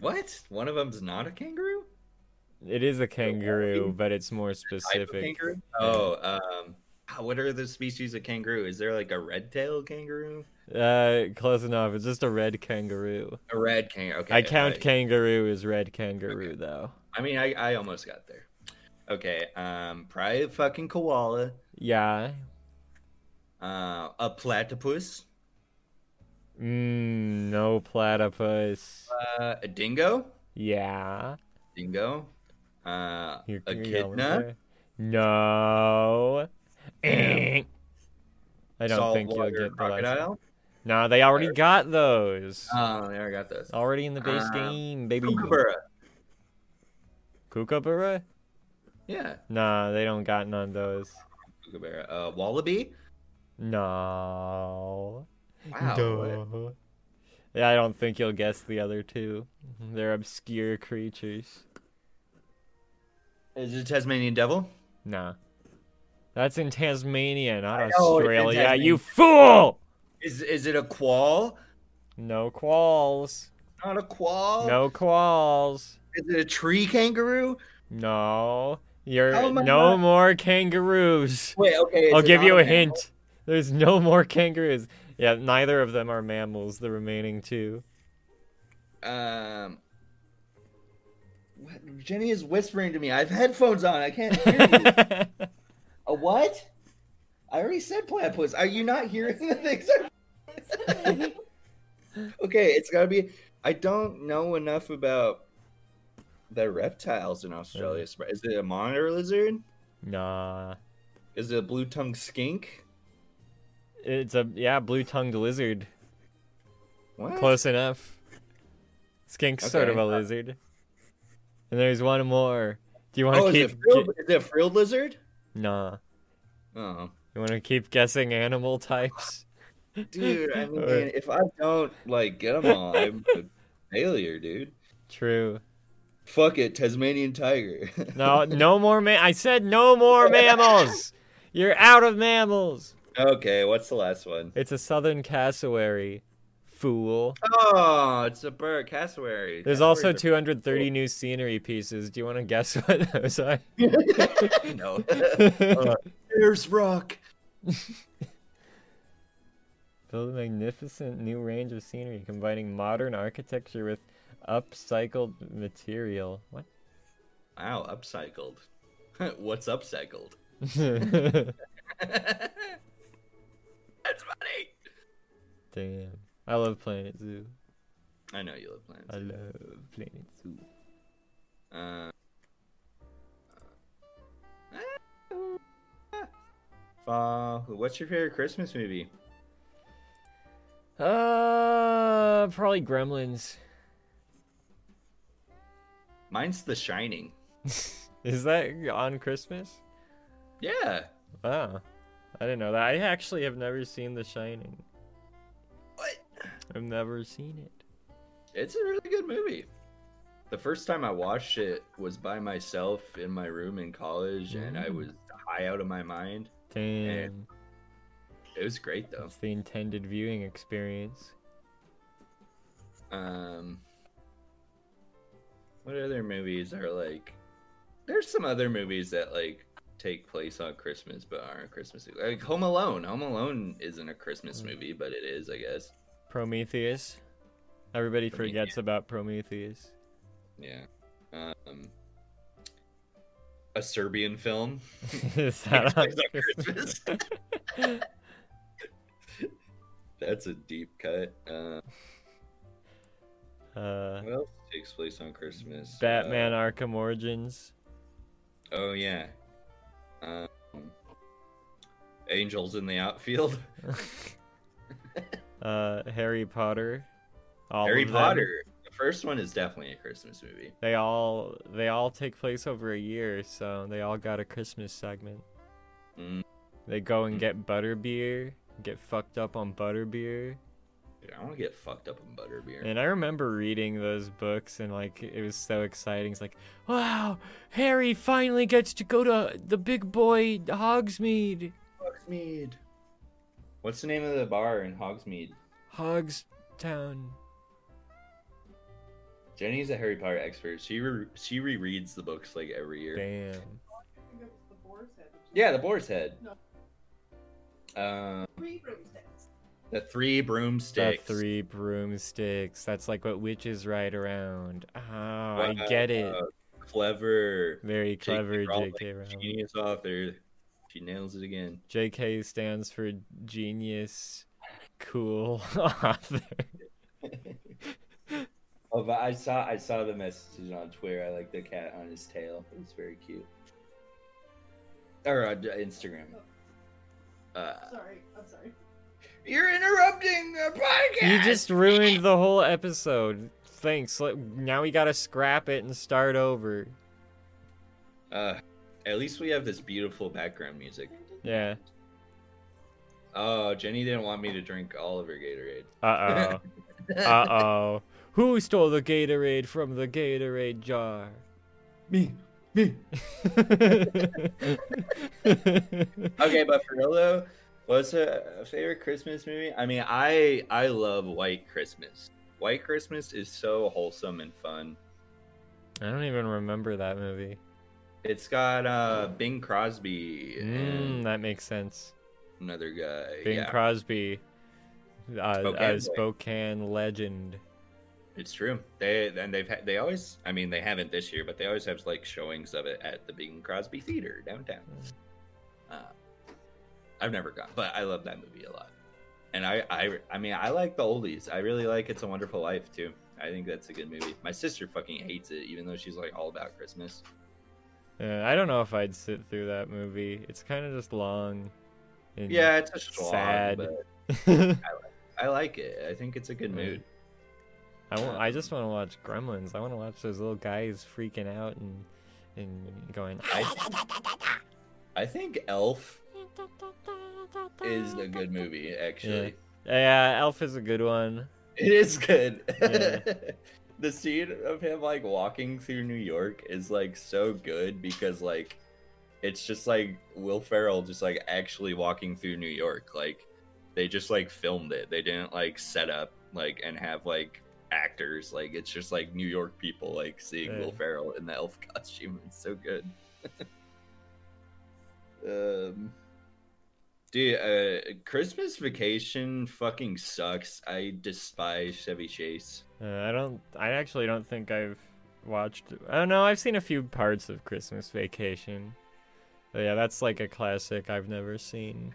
What? One of them's not a kangaroo? It is a kangaroo, walking but it's more Type of specific. kangaroo? Oh, um, ah, what are the species of kangaroo? Is there like a red-tailed kangaroo? Uh, close enough. It's just a red kangaroo. A red kangaroo. Okay, I count I, kangaroo as red kangaroo though. I mean, I, I almost got there. Okay, um, probably a fucking koala, Yeah, uh, a platypus, Mm, no platypus. uh, a dingo, Yeah. dingo, uh, You're- a you're going kidna, there. No. Eh. Yeah. I don't think you'll saltwater get the last one. crocodile. No, they already got those. Oh, there I got those. already in the base uh, game, baby. Kookaburra. Kookaburra? Yeah, Nah, they don't got none of those. kookaburra. Uh, wallaby. No. Wow. what? Duh. Yeah, I don't think you'll guess the other two. They're obscure creatures. Is it Tasmanian devil? Nah. That's in Tasmania, not know, it's in Australia. Tasmania. You fool! Is is it a qual? No qualls. Not a qual. No qualls. Is it a tree kangaroo? No. You're Oh my no God. more kangaroos. Wait, okay. I'll give you a hint. There's no more kangaroos. Yeah, neither of them are mammals, the remaining two. Um. What? Jenny is whispering to me. I have headphones on. I can't hear [LAUGHS] you. A what? I already said platypus. Are you not hearing the things? [LAUGHS] I- okay, it's gotta be. I don't know enough about the reptiles in Australia. Mm. Is it a monitor lizard? nah. Is it a blue tongued skink? It's a yeah, blue-tongued lizard. What? Close enough. Skink's sort of Okay. a lizard. And there's one more. Do you want to Oh, is keep? it, frilled, is it a frilled lizard? ge- nah. Oh, You want to keep guessing animal types? dude. [LAUGHS] I mean, Alright. if I don't like get them [LAUGHS] all, I'm a failure, dude. True. Fuck it, Tasmanian tiger. No, no more ma- I said no more mammals. You're out of mammals. [LAUGHS] okay, what's the last one? It's a southern cassowary. Fool. Oh, it's a bird cassowary. There's also Cassowaries 230 new scenery pieces. Do you want to guess [LAUGHS] what those are? are- [LAUGHS] no. [LAUGHS] Uh, Bears rock. Build a magnificent new range of scenery combining modern architecture with upcycled material. What? [LAUGHS] Wow, upcycled. [LAUGHS] what's upcycled? [LAUGHS] Damn. That's funny. I love Planet Zoo. I know you love plants. I love Planet Zoo. Uh, uh, what's your favorite Christmas movie? Uh, probably Gremlins. Mine's The Shining. Is that on Christmas? Yeah. Wow. I didn't know that. I actually have never seen The Shining. What? I've never seen it. It's a really good movie. The first time I watched it was by myself in my room in college, and I Mm. was high out of my mind. Damn. It was great though. It's the intended viewing experience. Um, what other movies are like? There's some other movies that like take place on Christmas but aren't Christmas. Like Home Alone. Home Alone isn't a Christmas movie, but it is, I guess. Prometheus. Everybody forgets Prometheus. about [LAUGHS] Prometheus. [LAUGHS] Yeah. Um, a Serbian film. [LAUGHS] Is takes that on place on Christmas? [LAUGHS] Christmas. That's a deep cut. Uh, Uh, what else takes place on Christmas? Batman Arkham [LAUGHS] Origins. Uh, oh yeah. Um, Angels in the outfield. [LAUGHS] uh, Harry Potter. All Harry of them. Potter. The first one is definitely a Christmas movie. They all they all take place over a year, so they all got a Christmas segment. Mm. They go Mm. and get butterbeer, get fucked up on butterbeer. Dude, I want to get fucked up in butterbeer. And I remember reading those books and like it was so exciting. It's like, wow, Harry finally gets to go to the big boy Hogsmeade. Hogsmeade. What's the name of the bar in Hogsmeade? Hogstown. Jenny's a Harry Potter expert. She re- she rereads the books like every year. Damn. I think it was the boar's head. or Yeah, the Boar's Head. No. Uh, something. Three broomsticks. the three broomsticks. The three broomsticks. That's like what witches ride around. Oh, I get it. Wow, uh, clever. Very J.K. clever Rowling, JK Rowling. Genius author. She nails it [LAUGHS] again. JK stands for genius, cool [LAUGHS] author. Oh, but I saw I saw the message on Twitter. I like the cat on his tail. It's very cute. Or on Instagram. Uh, Sorry, I'm sorry. you're interrupting a podcast. You just ruined the whole episode. Thanks. Let- Now we gotta scrap it and start over. Uh, at least we have this beautiful background music. Yeah. Oh, Jenny didn't want me to drink all of her Gatorade. Uh [LAUGHS] oh. uh oh. Who stole the Gatorade from the Gatorade jar? me, [LAUGHS] me. Okay, but for real though, what's a, a favorite Christmas movie? I mean, I I love White Christmas. White Christmas is so wholesome and fun. I don't even remember that movie. It's got uh Bing Crosby Mm, and that makes sense. another guy. Bing yeah. Crosby, uh, Spokane a boy. Spokane legend. It's true. They and they've had, they always. I mean, they haven't this year, but they always have like showings of it at the Bing Crosby Theater downtown. Hmm. Uh, I've never gone, but I love that movie a lot. And I, I, I mean, I like the oldies. I really like It's a Wonderful Life too. I think that's a good movie. My sister fucking hates it, even though she's like all about Christmas. Uh, I don't know if I'd sit through that movie. It's kind of just long. and- Yeah, it's a Mm-hmm. slog, Sad. but I, I like it. I think it's a good mood. wa- [LAUGHS] [LAUGHS] I just want to watch Gremlins. I want to watch those little guys freaking out and and going. I- I think Elf is a good movie, actually. [LAUGHS] Yeah, Elf is a good one. It is good. Yeah. [LAUGHS] the scene of him like walking through New York is like so good because like it's just like Will Ferrell just like actually walking through New York. Like they just like filmed it. They didn't like set up like and have like actors. Like it's just like New York people like seeing Yeah. Will Ferrell in the elf [LAUGHS] costume. It's so good. [LAUGHS] um Dude, uh, Christmas Vacation fucking sucks. I despise Chevy Chase. Uh, I don't. I actually don't think I've watched. Oh no, I've seen a few parts of Christmas Vacation. But yeah, that's like a classic I've never seen.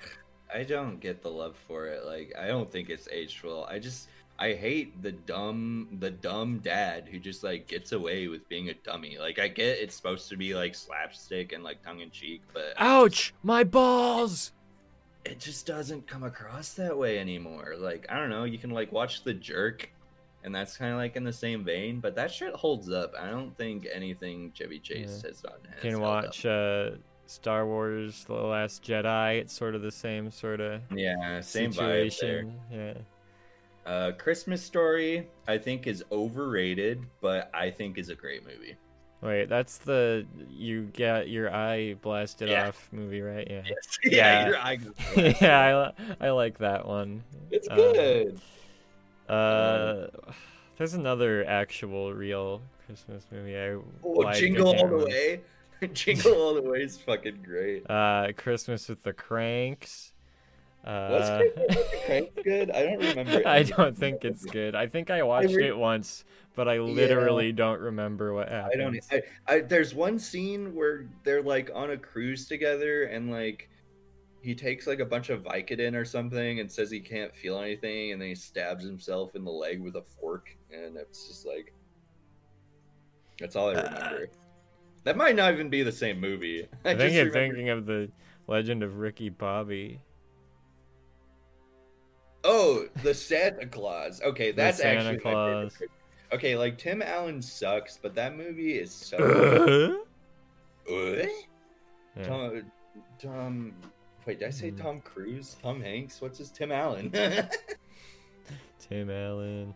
I don't get the love for it. Like, I don't think it's aged well. I just, I hate the dumb, the dumb dad who just like gets away with being a dummy. Like, I get it's supposed to be like slapstick and like tongue in cheek, but Ouch! My balls! it just doesn't come across that way anymore. Like, I don't know. You can like watch The Jerk, and that's kind of like in the same vein, but that shit holds up. I don't think anything Chevy Chase has done. Has Can held up. watch uh, Star Wars: The Last Jedi. It's sort of the same sort of Yeah, same vibe there. situation. Yeah. Uh, Christmas Story, I think, is overrated, but I think is a great movie. Wait, that's the you get your eye blasted Yeah. off movie, right? Yeah. [LAUGHS] Yes. Yeah. your eye- [LAUGHS] Yeah, I, li- I like that one. it's Uh, good. Um, Uh, there's another actual real Christmas movie. I Oh, liked, I Jingle All can't the remember. Way. [LAUGHS] Jingle All the Way is fucking great. Uh, Christmas with the Cranks. Uh, Was Christmas with the Cranks good? I don't remember [LAUGHS] it. I don't think it's good. I think I watched re- it once, but I literally don't remember what I don't. happened. I, I, there's one scene where they're like on a cruise together, and like he takes like a bunch of Vicodin or something, and says he can't feel anything, and then he stabs himself in the leg with a fork, and it's just like that's all I remember. that might not even be the same movie. [LAUGHS] I, Uh, I think just you're remember- thinking of the Legend of Ricky Bobby. Oh, the Santa Claus. Okay, The that's Santa actually my Claus. favorite. Okay, like Tim Allen sucks, but that movie is so. [LAUGHS] Ugh? Yeah. Tom, Tom. Wait, did I say Mm. Tom Cruise? Tom Hanks? What's his [LAUGHS] Tim Allen? Tim Allen.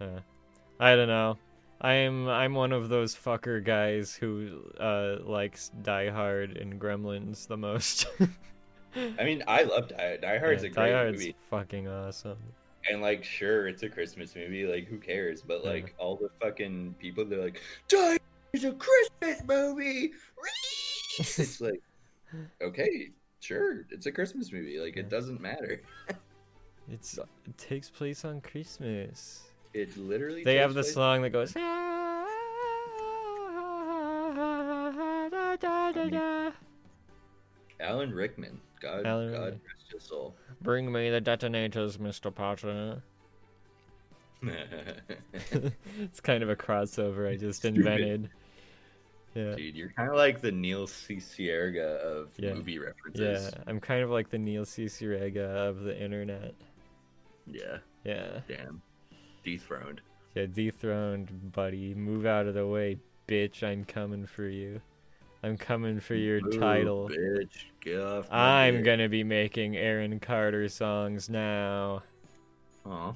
Uh, I don't know. I'm I'm one of those fucker guys who uh, likes Die Hard and Gremlins the most. [LAUGHS] I mean, I love Die, Die Hard's Yeah, a Die great Hard's movie, fucking awesome. and like, sure, it's a Christmas movie. Like, who cares? But Yeah. like, all the fucking people, they're like, Die Hard is a Christmas movie. [LAUGHS] it's like, okay, sure, it's a Christmas movie. Like, Yeah. it doesn't matter. It's it takes place on Christmas. It literally. They takes have the place- song that goes. Alan Rickman. God, Alan God Rickman. rest his soul. [LAUGHS] Bring me the detonators, Mr. Potter. [LAUGHS] it's kind of a crossover I just Stupid. invented. Yeah. Dude, you're kind of like the Neil C. Sierra of Yeah. movie Yeah, references. I'm kind of like the Neil Cicerega of the internet. Yeah. Yeah. Damn. Dethroned. Yeah, dethroned, buddy. Move out of the way, bitch. I'm coming for you. I'm coming for your Move, title. Bitch, get off my I'm dick. gonna be making Aaron Carter songs now. Aw.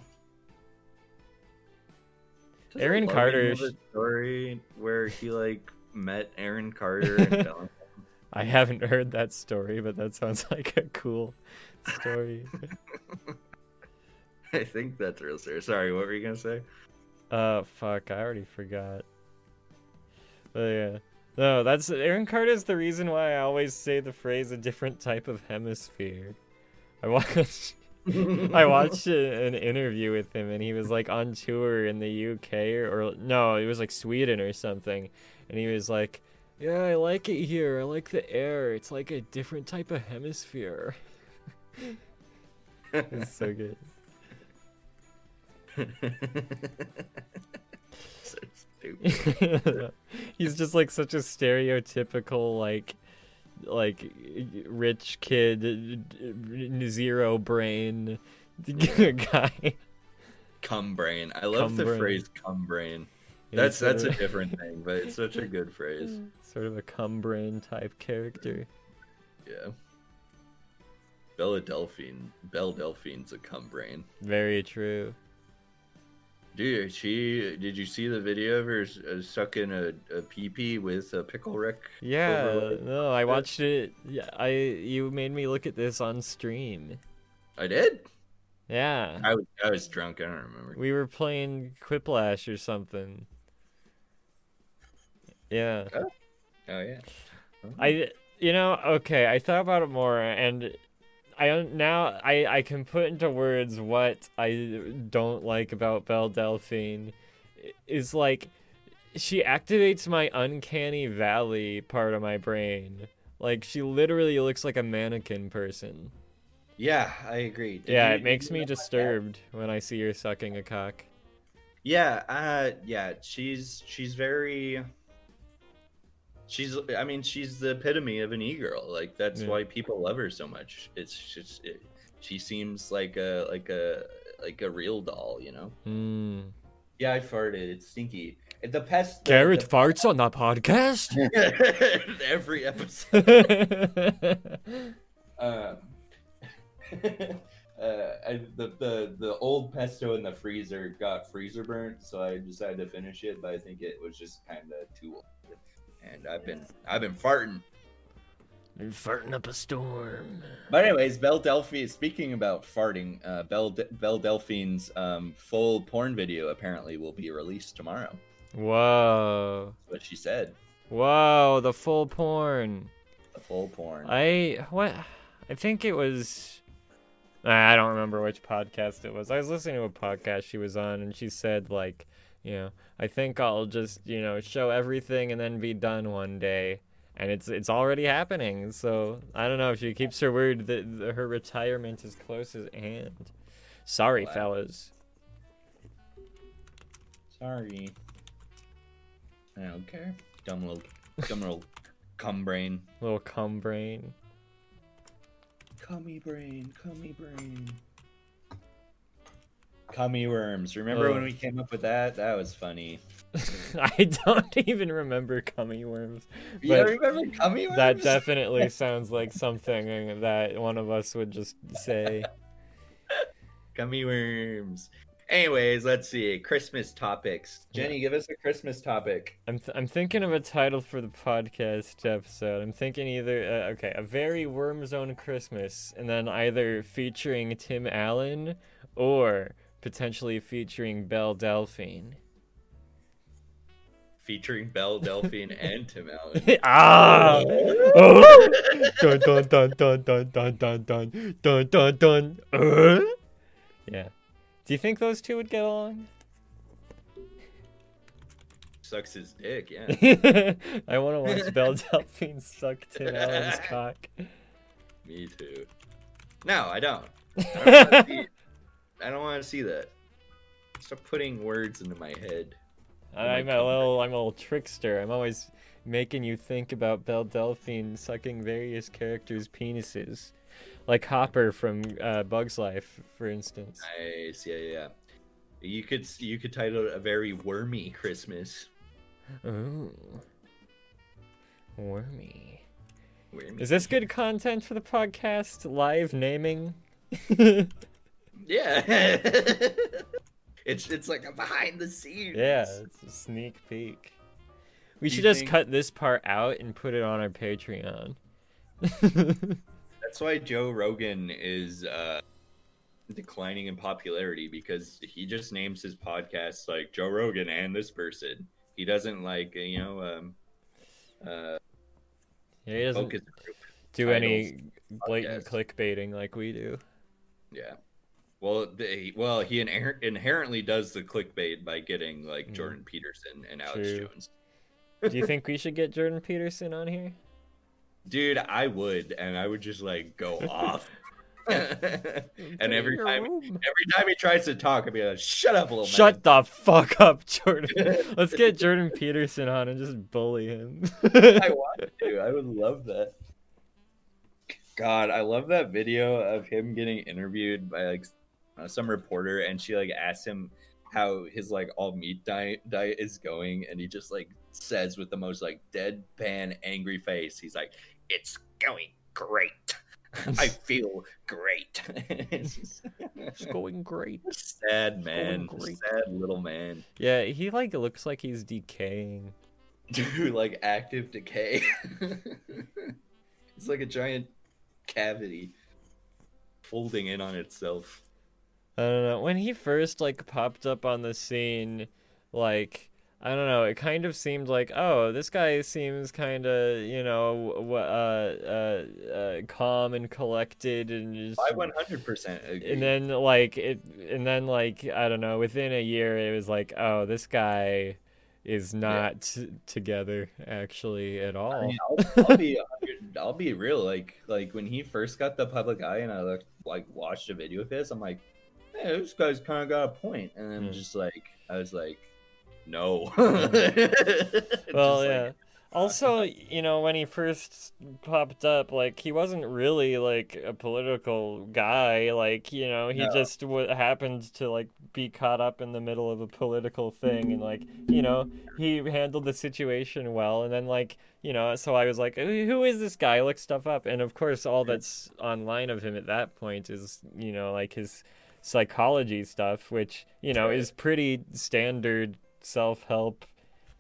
Doesn't Aaron Logan Carter have sh- a story where he like met Aaron [LAUGHS] Carter and fell in- I haven't heard that story, but that sounds [LAUGHS] like a cool story. I think that's real serious. Sorry, what were you gonna say? Uh, fuck, I already forgot. But yeah. No, that's Aaron Carter's the reason why I always say the phrase a different type of hemisphere. I watched I [LAUGHS] watched a- an interview with him, and he was like on tour in the UK or, or no, it was like Sweden or something, and he was like, "Yeah, I like it here. I like the air. It's like a different type of hemisphere." [LAUGHS] it's so good. [LAUGHS] so stupid. [LAUGHS] He's just like such a stereotypical like like rich kid n- zero brain [LAUGHS] guy. Cum brain. I love Cum the brain. phrase cum brain. Yeah, That's sort that's a of- different thing, but it's such a [LAUGHS] good phrase. sort of a cum brain type character. Yeah. Bella Delphine. Belle Delphine's a cum brain. Very true. Dude, she did you see the video of her s- uh, sucking a, a pee pee with a pickle Rick? Yeah, overlay? no, I watched it. Yeah, I you made me look at this on stream. I did. Yeah, I was I was drunk. I don't remember. we were playing Quiplash or something. Yeah. Oh yeah. I you know okay I thought about it more and I don't now I I can put into words what I don't like about Belle Delphine is like she activates my uncanny valley part of my brain like she literally looks like a mannequin person Yeah, I agree. Did yeah you- it makes did me you know about that? disturbed when I see her sucking a cock Yeah, uh yeah, she's she's very she's I mean, she's the epitome of an e-girl. Like that's Yeah. why people love her so much. It's just it, she seems like a like a like a real doll, you know. mm. Yeah, I farted. It's stinky. The pest the- Garrett farts on the [LAUGHS] podcast the- [LAUGHS] every episode. Um, [LAUGHS] uh, I, the, the the old pesto in the freezer got freezer burnt, so I decided to finish it, but I think it was just kind of too old. And I've been I've been farting. farting up a storm But anyways, Belle Delphine. Speaking about farting, uh, Belle De- Belle Delphine's um, full porn video apparently will be released tomorrow. Whoa. That's what she said. Whoa, the full porn. The full porn. I what I think it was I don't remember which podcast it was. I was listening to a podcast she was on and she said like, you know, I think I'll just, you know, show everything and then be done one day. And it's it's already happening. So, I don't know if she keeps her word that that her retirement is close as hand. Sorry, Wow. fellas. Sorry. I don't care. Dumb little dumb little cum brain. Little cum brain. [LAUGHS] Cummy brain, cummy brain. Cummy worms. Remember Oh. when we came up with that? That was funny. I don't even remember cummy worms. You don't But remember cummy [LAUGHS] worms? That definitely sounds like something that one of us would just say. cummy worms. Anyways, let's see. Christmas topics. Yeah. Jenny, give us a Christmas topic. I'm th- I'm thinking of a title for the podcast episode. I'm thinking either uh, okay, a very Worm Zone Christmas, and then either featuring Tim Allen or potentially featuring Belle Delphine. [LAUGHS] Featuring Belle [LAUGHS] Delphine and Tim Allen. ah! Uh. Oh! [LAUGHS] dun dun dun dun dun dun dun dun dun dun dun. Uh? Yeah. Do you think those two would get along? Sucks his dick, yeah. I want to watch Belle Delphine suck Tim Allen's cock. Me too. No, I don't. I don't [LAUGHS] wanna see- I don't want to see that. Stop putting words into my head. I'm a little, I'm a little trickster. I'm always making you think about Belle Delphine sucking various characters' penises, like Hopper from uh, Bug's Life, for instance. Nice, yeah, yeah. yeah. You could you could title it a very wormy Christmas. Ooh, wormy. Wormy. Is this good content for the podcast? Live naming. [LAUGHS] Yeah. [LAUGHS] it's it's like a behind the scenes. Yeah, it's a sneak peek. We Do should you just think- cut this part out and put it on our Patreon. [LAUGHS] That's why Joe Rogan is uh, declining in popularity because he just names his podcast like Joe Rogan and this person. He doesn't like you know um, uh, yeah, he doesn't focus group. do any blatant podcasts. [LAUGHS] clickbaiting like we do. Yeah, Well, they, well, he inher- inherently does the clickbait by getting like Mhm. Jordan Peterson and Alex True. Jones. Do you think we should get Jordan Peterson on here? Dude, I would, and I would just like go off. every And every Your time- room. time he tries to talk, I'd be like, "Shut up, little Shut the fuck up, Jordan. Let's get Jordan Peterson on and just bully [LAUGHS] him. [LAUGHS] man." I want to. I would love that. God, I love that video of him getting interviewed by like uh, some reporter, and she like asks him how his like all meat diet diet is going, and he just like says with the most like deadpan angry face, he's like, "It's going great. [LAUGHS] I feel great." [LAUGHS] It's just- it's going great. sad man, great. sad little man, Yeah, he like looks like he's decaying. [LAUGHS] dude, like active decay. [LAUGHS] it's like a giant cavity folding in on itself. I don't know. When he first like popped up on the scene, like I don't know, it kind of seemed like, oh, this guy seems kind of, you know, w- uh, uh, uh, calm and collected, and just I 100% agree. and then like it and then like i don't know within a year it was like oh this guy is not t- together actually at all I mean, [LAUGHS] I'll, I'll be, a hundred- I'll be real. Like, like when he first got the public eye, and I looked, like watched a video of his, I'm like, hey, this guy's kind of got a point. And then Hmm. just like, I was like, no. [LAUGHS] well Just like, Mm. uh, yeah also you know when he first popped up like he wasn't really like a political guy like you know he No. just w- happened to like be caught up in the middle of a political thing and like you know he handled the situation well and then like you know so i was like who who is this guy look stuff up and of course all that's online of him at that point is you know like his psychology stuff which you know Right. is pretty standard self-help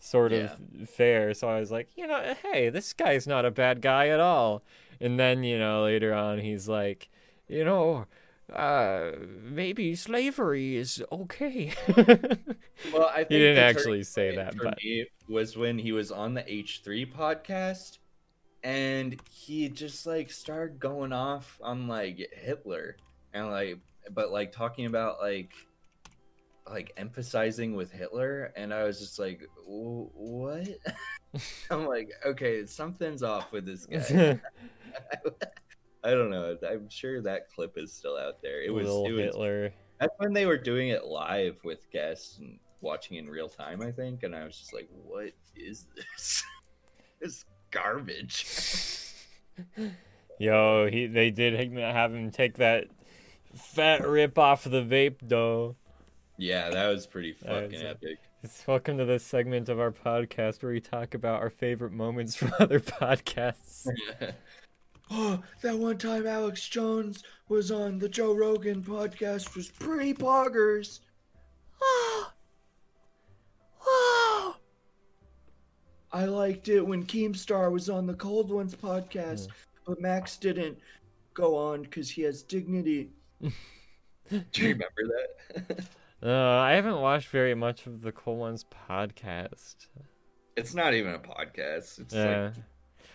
sort of fair. So I was like, you know, hey, this guy's not a bad guy at all. And then, you know, later on, he's like, you know, uh, maybe slavery is okay. [LAUGHS] Well, I think he didn't the actually say turning that, point for but me was when he was on the H3 podcast, and he just like started going off on like Hitler and like, but like talking about like, like emphasizing with Hitler, and I was just like, "Wh- what? [LAUGHS] I'm like, okay, something's off with this [LAUGHS] [LAUGHS] guy. I don't know. I'm sure that clip is still out there. It was, little it was Hitler. that's when they were doing it live with guests and watching in real time, I think. And I was just like, what is this? [LAUGHS] this garbage. Yo, he they did ha- have him take that fat rip off the vape though. Yeah, that was pretty That was fucking it. epic. It's welcome to this segment of our podcast where we talk about our favorite moments [LAUGHS] from other podcasts. [LAUGHS] oh, that one time Alex Jones was on the Joe Rogan podcast was pre poggers. [GASPS] Oh, oh. I liked it when Keemstar was on the Cold Ones podcast, but Max didn't go on because he has dignity. Do you remember that? [LAUGHS] Uh, I haven't watched very much of the Cool Ones podcast. it's not even a podcast. It's Yeah, like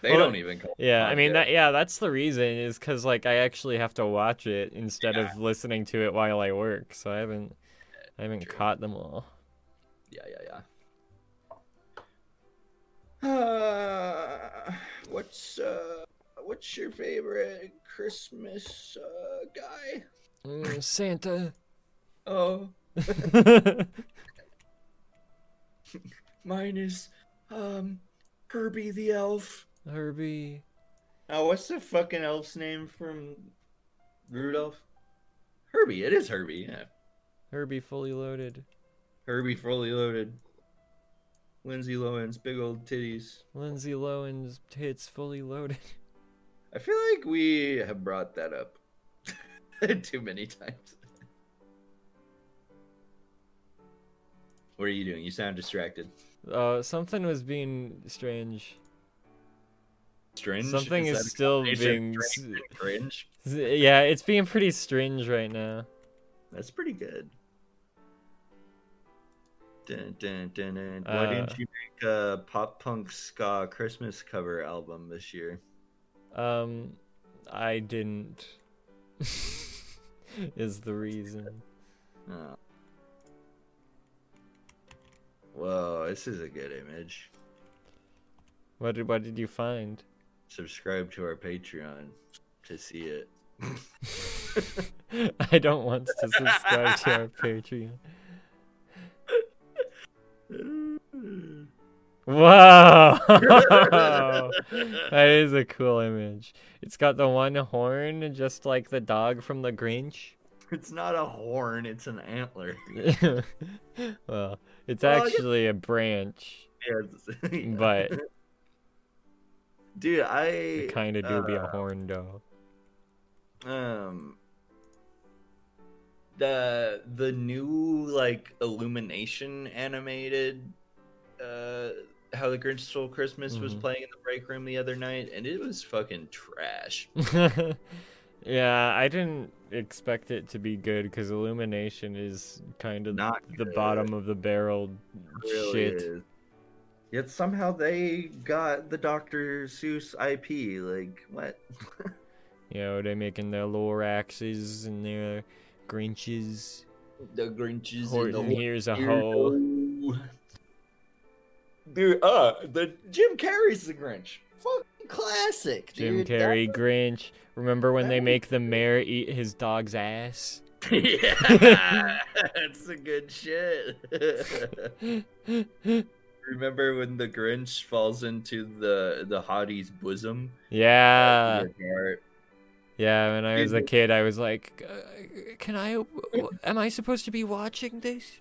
they Well, don't even call. it a yeah. I mean podcast. that. Yeah, that's the reason is because like I actually have to watch it instead of listening to it while I work. So I haven't, I haven't true. caught them all. Yeah, yeah, yeah. Uh, what's uh, what's your favorite Christmas uh, guy? Santa. Mm, Oh, mine is um, Herbie the elf. [LAUGHS] Herbie. Oh, what's the fucking elf's name from Rudolph? Herbie. It is Herbie. Yeah, Herbie fully loaded. Herbie fully loaded. Lindsay Lohan's big old titties. Lindsay Lohan's tits fully loaded. [LAUGHS] I feel like we have brought that up [LAUGHS] too many times. What are you doing? You sound distracted. Uh, something was being strange. Strange. Something is that a still combination being of s- strange and cringe. Yeah, it's being pretty strange right now. That's pretty good. Dun, dun, dun, dun. Why Uh. didn't you make a pop punk ska Christmas cover album this year? Um, I didn't. [LAUGHS] is the reason. Oh. Whoa, this is a good image. What did what did you find? [LAUGHS] Subscribe to our Patreon to see it. I don't want to subscribe to our Patreon. Wow, [LAUGHS] that is a cool image. It's got the one horn, just like the dog from The Grinch. [LAUGHS] It's not a horn, it's an antler. [LAUGHS] well, it's Well, I guess- actually a branch, Yeah, it's- [LAUGHS] yeah. but dude, it I kind of do be a uh, horn though. um the the new like illumination animated uh how the Grinch Stole Christmas was Mhm. playing in the break room the other night, and it was fucking trash. [LAUGHS] yeah, I didn't expect it to be good because Illumination is kind of Not the good. bottom of the barrel really shit. is. Yet somehow they got the Dr. Seuss IP. Like what? You know, they're making their Loraxes and their Grinches. The Grinches Horton, here's a hoe. whole. Dude, uh, the Jim Carrey's the Grinch. Fucking classic, Jim dude. Carrey, Grinch. Remember when they that- make the mayor eat his dog's ass? [LAUGHS] [LAUGHS] yeah, that's the good shit. Remember when the Grinch falls into the the hottie's bosom? yeah. Or- Yeah, when I was a Dude. kid, I was like, uh, "Can I? Am I supposed to be watching this?"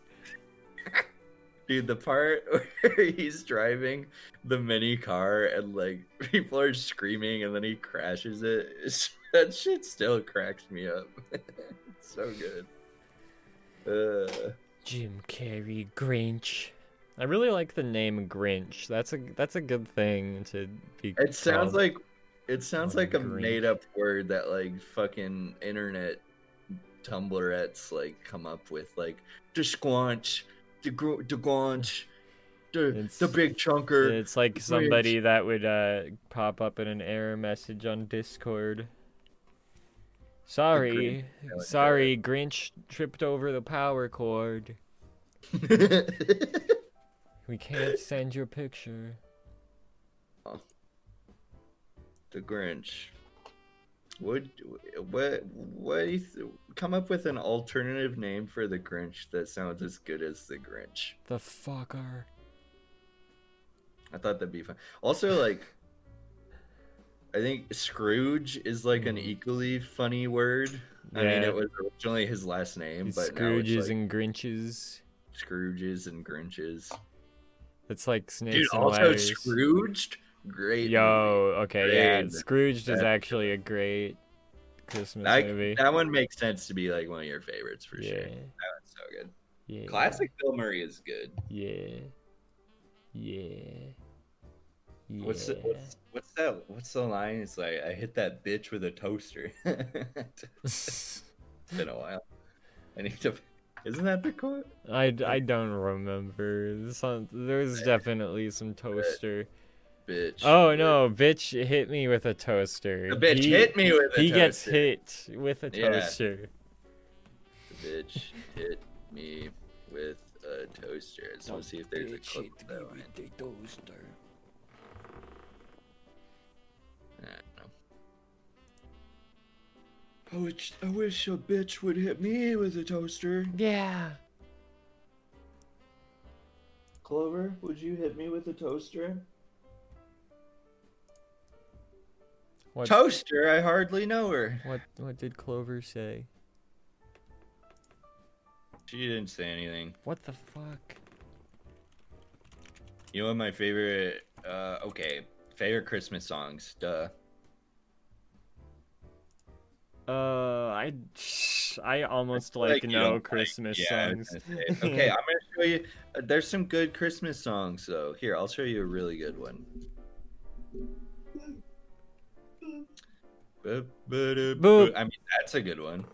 Dude, the part [LAUGHS] where he's driving the mini car and like [LAUGHS] people are screaming and then he crashes it. it's- [LAUGHS] That shit still cracks me up. [LAUGHS] it's so good. Uh, Jim Carrey Grinch. I really like the name Grinch. That's a that's a good thing to be. it sounds called. like it sounds What a like a Grinch. made up word that like fucking internet tumblerettes like come up with like the squanch, the gr- the gaunch, the It's- the big chunker. It's like somebody that would uh, pop up in an error message on Discord. Sorry, I like that. sorry, Grinch tripped over the power cord. [LAUGHS] We can't [LAUGHS] send your picture. The Grinch. Would what what do you th- come up with an alternative name for the Grinch that sounds as good as the Grinch? The fucker. I thought that'd be fun. [LAUGHS] Also, like, I think Scrooge is like an Mhm. equally funny word. I mean, Yeah. it was originally his last name, but now Scrooges it's like and Grinches. Scrooges and Grinches. It's like snakes Dude, and also ladders. Scrooged, great. Yo, okay, yeah. Great. Scrooged is That- actually a great Christmas movie. That- movie. that one makes sense to be like one of your favorites for yeah, sure. That's so good. yeah, Classic Bill Murray is good. Yeah, yeah, yeah. What's the, what's what's that? What's the line? It's like I hit that bitch with a toaster. [LAUGHS] it's been a while. I need to. Isn't that the quote? [LAUGHS] I, d- I don't remember. This on, there's definitely some toaster. Bitch. Oh no, bitch hit me with a toaster. The bitch He- hit me with a He toaster. gets hit with a Yeah. toaster. The bitch hit me with a toaster. Let's The see if there's a bitch clip hit me of that line. with a toaster. I don't know. I wish, I wish a bitch would hit me with a toaster. Yeah. Clover, would you hit me with a toaster? What, Toaster? I hardly know her. what what did Clover say? She didn't say anything. What the fuck? You know what my favorite? Uh, okay, favorite Christmas songs. Duh. Uh, I I almost like like, you don't know like- Christmas Yeah, I was songs. gonna say. Okay, I'm gonna show you. uh, There's some good Christmas songs though. Here, I'll show you a really good one. Boop, boop, boop, boop. I mean, that's a good one.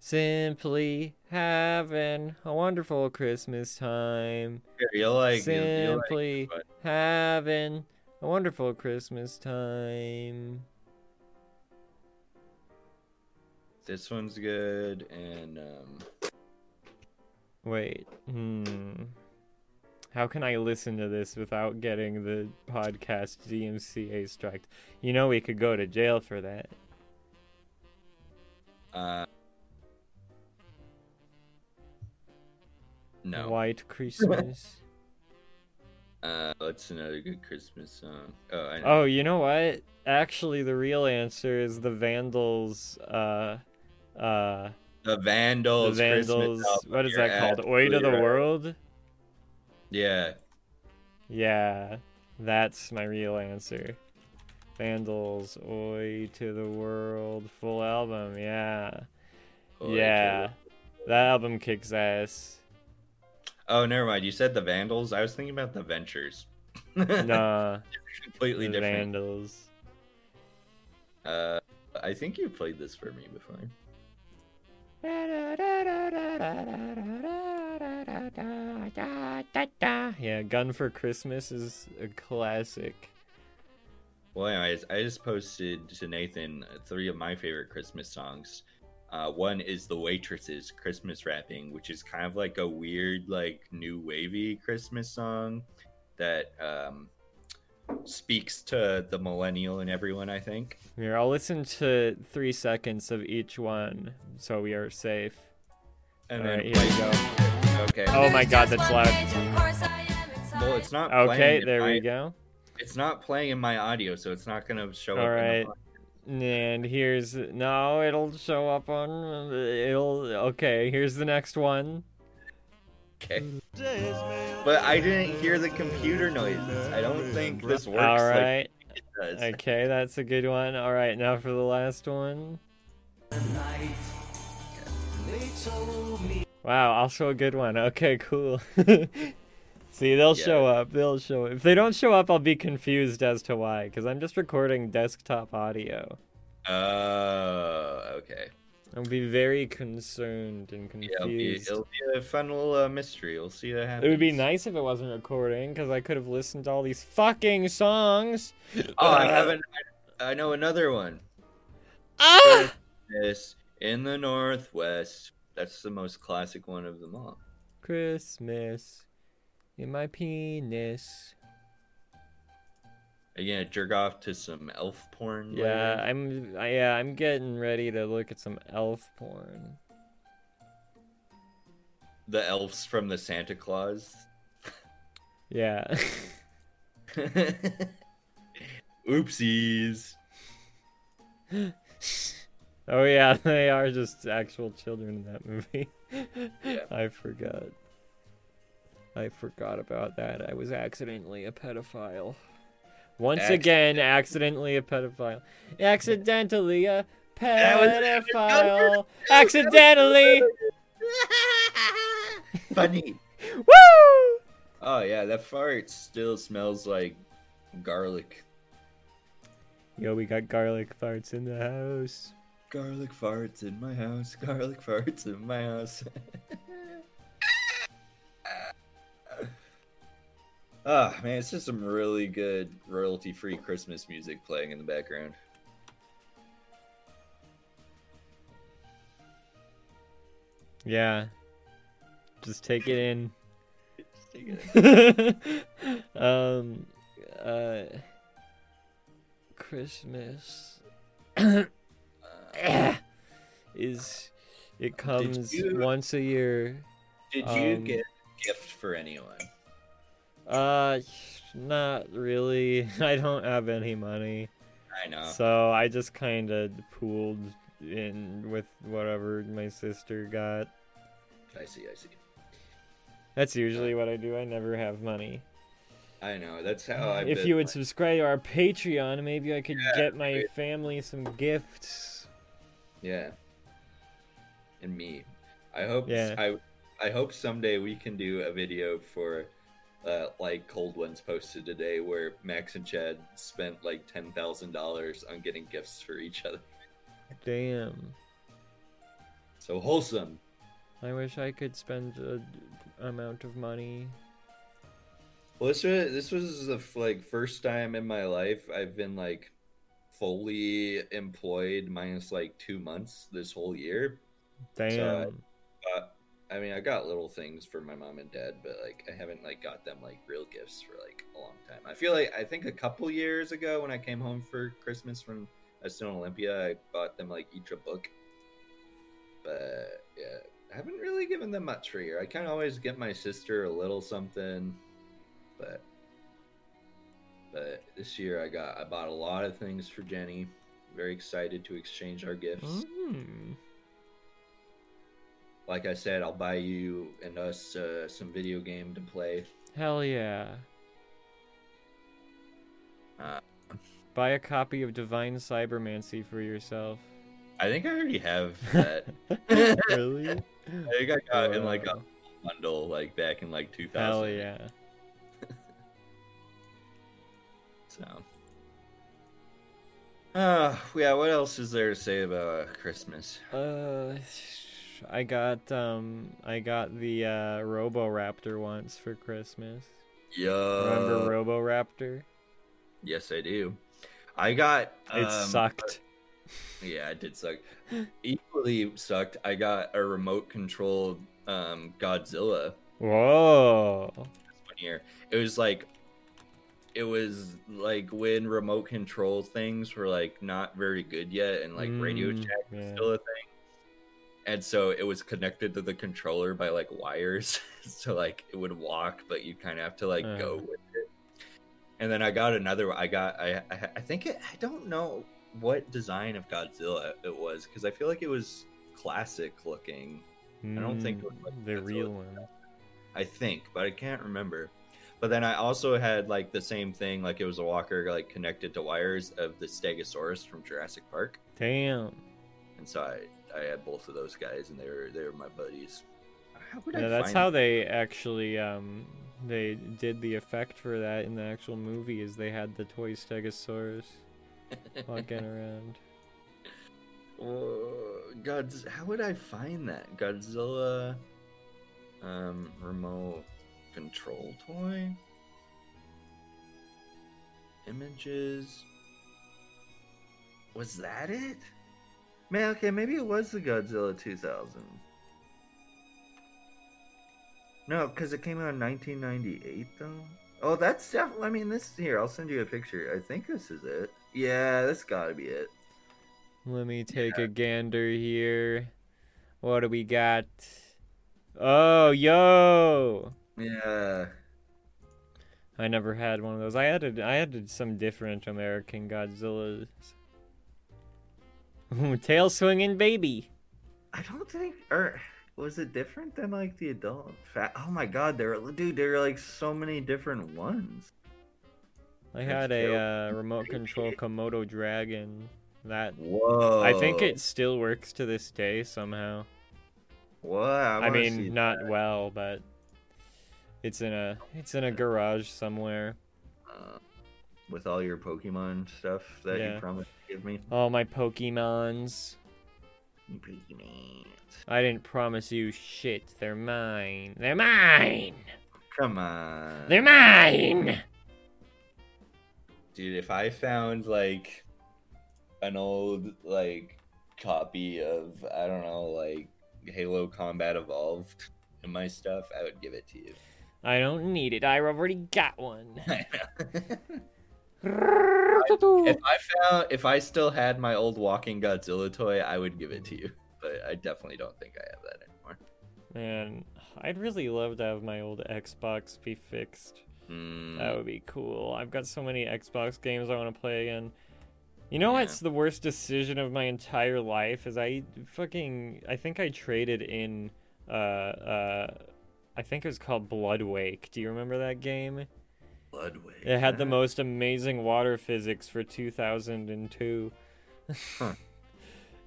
Simply having a wonderful Christmas time. Here, you'll like. You'll, you'll like- Simply but- having a wonderful Christmas time. This one's good, and um, Wait. Hmm. How can I listen to this without getting the podcast DMCA striked? You know we could go to jail for that. uh, no. White Christmas. Uh, what's another good Christmas song? Oh, I know. oh, you know what? Actually, the real answer is the Vandals. Uh, uh, the Vandals. the Christmas Vandals. album, What is you're that called? Oi absolutely to the right. world. Yeah, Yeah, that's my real answer. Vandals, Oi to the World, full album, yeah. Oi to the yeah. That album kicks [LAUGHS] ass. Oh, never mind. You said the Vandals. I was thinking about the Ventures. [LAUGHS] Nah, completely the different. Vandals. Uh, I think you played this for me before. [LAUGHS] Yeah, Gun for Christmas is a classic. Well, anyways, I just posted to Nathan three of my favorite Christmas songs. Uh, one is the Waitress's Christmas Wrapping, which is kind of like a weird, like new wavy Christmas song that um, speaks to the millennial and everyone. I think. Here, I'll listen to three seconds of each one so we are safe. And All then right, here we go. Okay. Oh my god, that's loud. Well, it's not. playing Okay, in there my- we go. It's not playing in my audio, so it's not gonna show up. All in right. the And here's no, it'll show up on it'll okay, here's the next one. Okay. But I didn't hear the computer noises. I don't think this works All right. like it does. okay, that's a good one. All right, now for the last one. Wow, also a good one. Okay, cool. [LAUGHS] See, they'll Yeah. show up. They'll show up. If they don't show up, I'll be confused as to why cuz I'm just recording desktop audio. Oh, okay. I'll be very concerned and Yeah, it'll be, confused. it'll be a fun little uh, mystery. We'll see what happens. It would be nice if it wasn't recording, because I could have listened to all these fucking songs. Oh, I haven't. I know another one. Ah! This in the Northwest. That's the most classic one of them all. Christmas in my penis. Are you gonna jerk off to some elf porn? Yeah, later? I'm. I, yeah, I'm getting ready to look at some elf porn. The elves from the Santa Claus. [LAUGHS] Yeah. [LAUGHS] Oopsies. oh yeah, [LAUGHS] they are just actual children in that movie. [LAUGHS] I forgot. I forgot about that. I was accidentally a pedophile. Once Acc- again, accidentally a pedophile. Accidentally a That pedophile. Accidentally. Funny. Woo! Oh yeah, that fart still smells like garlic. Yo, we got garlic farts in the house. Garlic farts in my house. Garlic farts in my house. [LAUGHS] Ah, man, it's just some really good royalty-free Christmas music playing in the background. Yeah. Just take it in. [LAUGHS] Just take it. um, uh, Christmas [COUGHS] is it comes you- once a year. Did you Um, get a gift for anyone? Uh, not really. [LAUGHS] I don't have any money, I know. so I just kind of pooled in with whatever my sister got. I see. I see. That's usually what I do. I never have money. I know. That's how Oh, I. if you would subscribe to our Patreon, maybe I could get my right. family some gifts. Yeah. And me. I hope Yeah. I I hope someday we can do a video for uh, like cold ones posted today where Max and Chad spent like ten thousand dollars on getting gifts for each other. Damn. So wholesome. I wish I could spend a amount of money. Well, this was, this was the f- like first time in my life I've been like fully employed minus like two months this whole year. Damn. I mean, I got little things for my mom and dad, but like I haven't like got them like real gifts for like a long time. I feel like I think a couple years ago when I came home for Christmas from Stone Olympia, I bought them like each a book. But yeah, I haven't really given them much for a year. I kind of always get my sister a little something, but but this year I got I bought a lot of things for Jenny. Very excited to exchange our gifts Mm. like I said, I'll buy you and us uh, some video game to play. Hell yeah. Uh. Buy a copy of Divine Cybermancy for [LAUGHS] yourself. I think I already [LAUGHS] have that. really? I think I got in like a bundle like back in like 2000. Hell yeah. So. [SIGHS] Uh, yeah, what else is there to say about uh, Christmas? Uh, I got um, I got the uh, Raptor once for Christmas. Yeah. Uh, Remember Robo Raptor? Yes, I do. I got. It um, sucked. Yeah, it did suck. [GASPS] Equally sucked. I got a remote controlled um, Godzilla. Whoa! one year. It was like it was like when remote control things were like not very good yet and like radio Mm, jack was yeah. still a thing. And so it was connected to the controller by like wires. [LAUGHS] so like it would walk, but you kind of have to like go Uh. with it. And then I got another one. I got I I, I think it, I don't know what design of Godzilla it was cuz I feel like it was classic looking. I don't think it was like Mm, the Godzilla. real one. I think, but I can't remember. But then I also had like the same thing, like it was a walker like connected to wires of the Stegosaurus from Jurassic Park, Damn. and so I I had both of those guys, and they were they were my buddies. How would I Yeah, that's find- how they actually um they did the effect for that in the actual movie. Is they had the toy Stegosaurus [LAUGHS] walking around. Oh, God's how would I find that Godzilla um remote control toy images was that it man okay maybe it was the Godzilla 2000 no because it came out in 1998 though oh that's definitely I mean this here I'll send you a picture I think this is it yeah that's gotta be it Let me take a gander here. What do we got? Oh, yo! yeah I never had one of those. I had a, I had some different American Godzillas. Ooh, [LAUGHS] Tail swinging baby. I don't think, or was it different than like the adult fat? Oh my god, there, were- dude, there are like so many different ones. I That's had tail a uh, remote baby. control Komodo dragon. That Whoa! I think it still works to this day somehow. What? I, I, wanna see mean, not well, but it's in a it's in a garage somewhere. that, uh, with all your Pokemon stuff that Yeah. you promised to give me. All my Pokemons. Pokemon. I didn't promise you shit. They're mine. They're mine. Come on, They're mine. dude. If I found like an old like copy of I don't know like Halo Combat Evolved in my stuff, I would give it to you. [LAUGHS] I don't need it. I already got one. [LAUGHS] If [LAUGHS] I found if I still had my old walking Godzilla toy, I would give it to you. But I definitely don't think I have that anymore. Man, I'd really love to have my old Xbox be fixed. Mm, That would be cool. I've got so many Xbox games I want to play again. You know Yeah. what's the worst decision of my entire life is I fucking I think I traded in uh uh I think it was called Bloodwake. Do you remember that game? Bloodway. It had the most amazing water physics for 2002. Huh. [LAUGHS]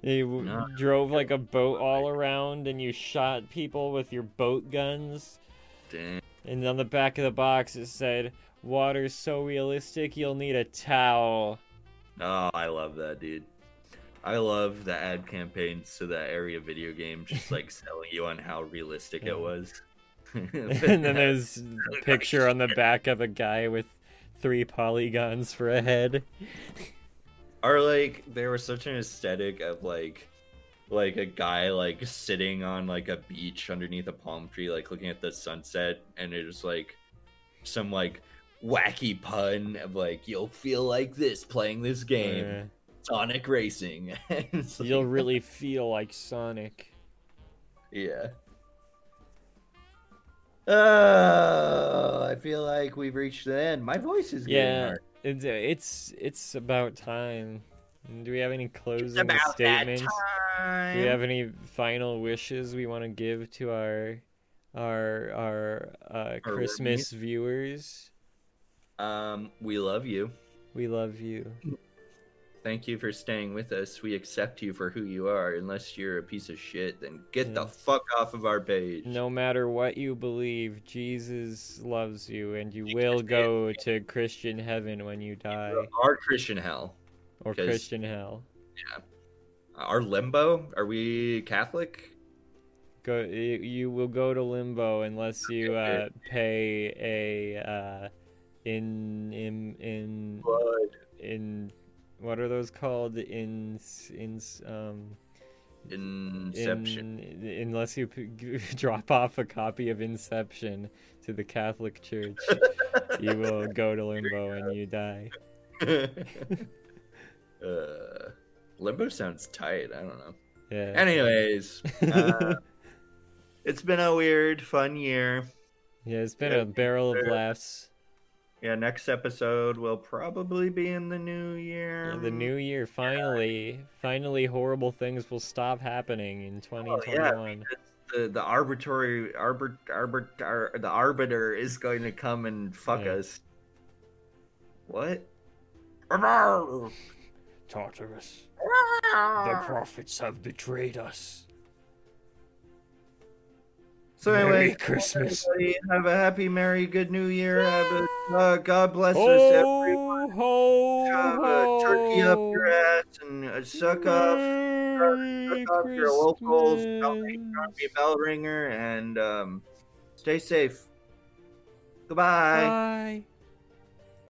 You w- No. drove like a boat all around and you shot people with your boat guns. Damn. And on the back of the box it said, Water's so realistic you'll need a towel. [LAUGHS] Oh, I love that, dude. I love the ad campaigns to that area video game, [LAUGHS] just like selling you on how realistic Yeah. it was. [LAUGHS] and [LAUGHS] then there's a picture on the back of a guy with three polygons for a head. are like they were such an aesthetic of like like a guy like sitting on like a beach underneath a palm tree like looking at the sunset and it was like some like wacky pun of like you'll feel like this playing this game Uh, sonic racing [LAUGHS] It's like- you'll really feel like Sonic. yeah oh i feel like we've reached the end my voice is getting Yeah, hard. it's it's it's about time. Do we have any closing statements? Do we have any final wishes we want to give to our our our uh, Christmas viewers? um we love you We love you. Thank you for staying with us. We accept you for who you are. Unless you're a piece of shit, then get the Yeah. fuck off of our page. Mm. No matter what you believe, Jesus loves you, and you You will can say go to Christian heaven when you die, Our Christian hell. or 'cause- Christian hell. Our limbo? Are we Catholic? Go, you- you will go to limbo unless you uh, pay a uh, in in in Blood. in what are those called in in um Inception. in, unless you p- g- [LAUGHS] drop off a copy of Inception to the Catholic Church, you will go to limbo and you die. [LAUGHS] [LAUGHS] uh, limbo sounds tight. I don't know. Yeah. [LAUGHS] Anyways, uh, it's been a weird, fun year. yeah, it's been yeah, a barrel of sure. laughs. Yeah, next episode will probably be in the new year. Yeah, the new year, finally, finally, horrible things will stop happening in Oh, 2021. the the arbitrary arbit, arbit, ar, the arbiter is going to come and fuck Yeah. us. What? Tartarus. Tartarus, the prophets have betrayed us. So Merry anyway, Christmas. everybody, have a happy, merry, good New Year. Have a- uh, God bless us, everyone. Ho, Oh, ho, Shove a uh, turkey up ho. your ass and uh, suck off, Merry suck off your locals. Don't make Christmas. Trumpy bell ringer and um, stay safe. Goodbye. Bye.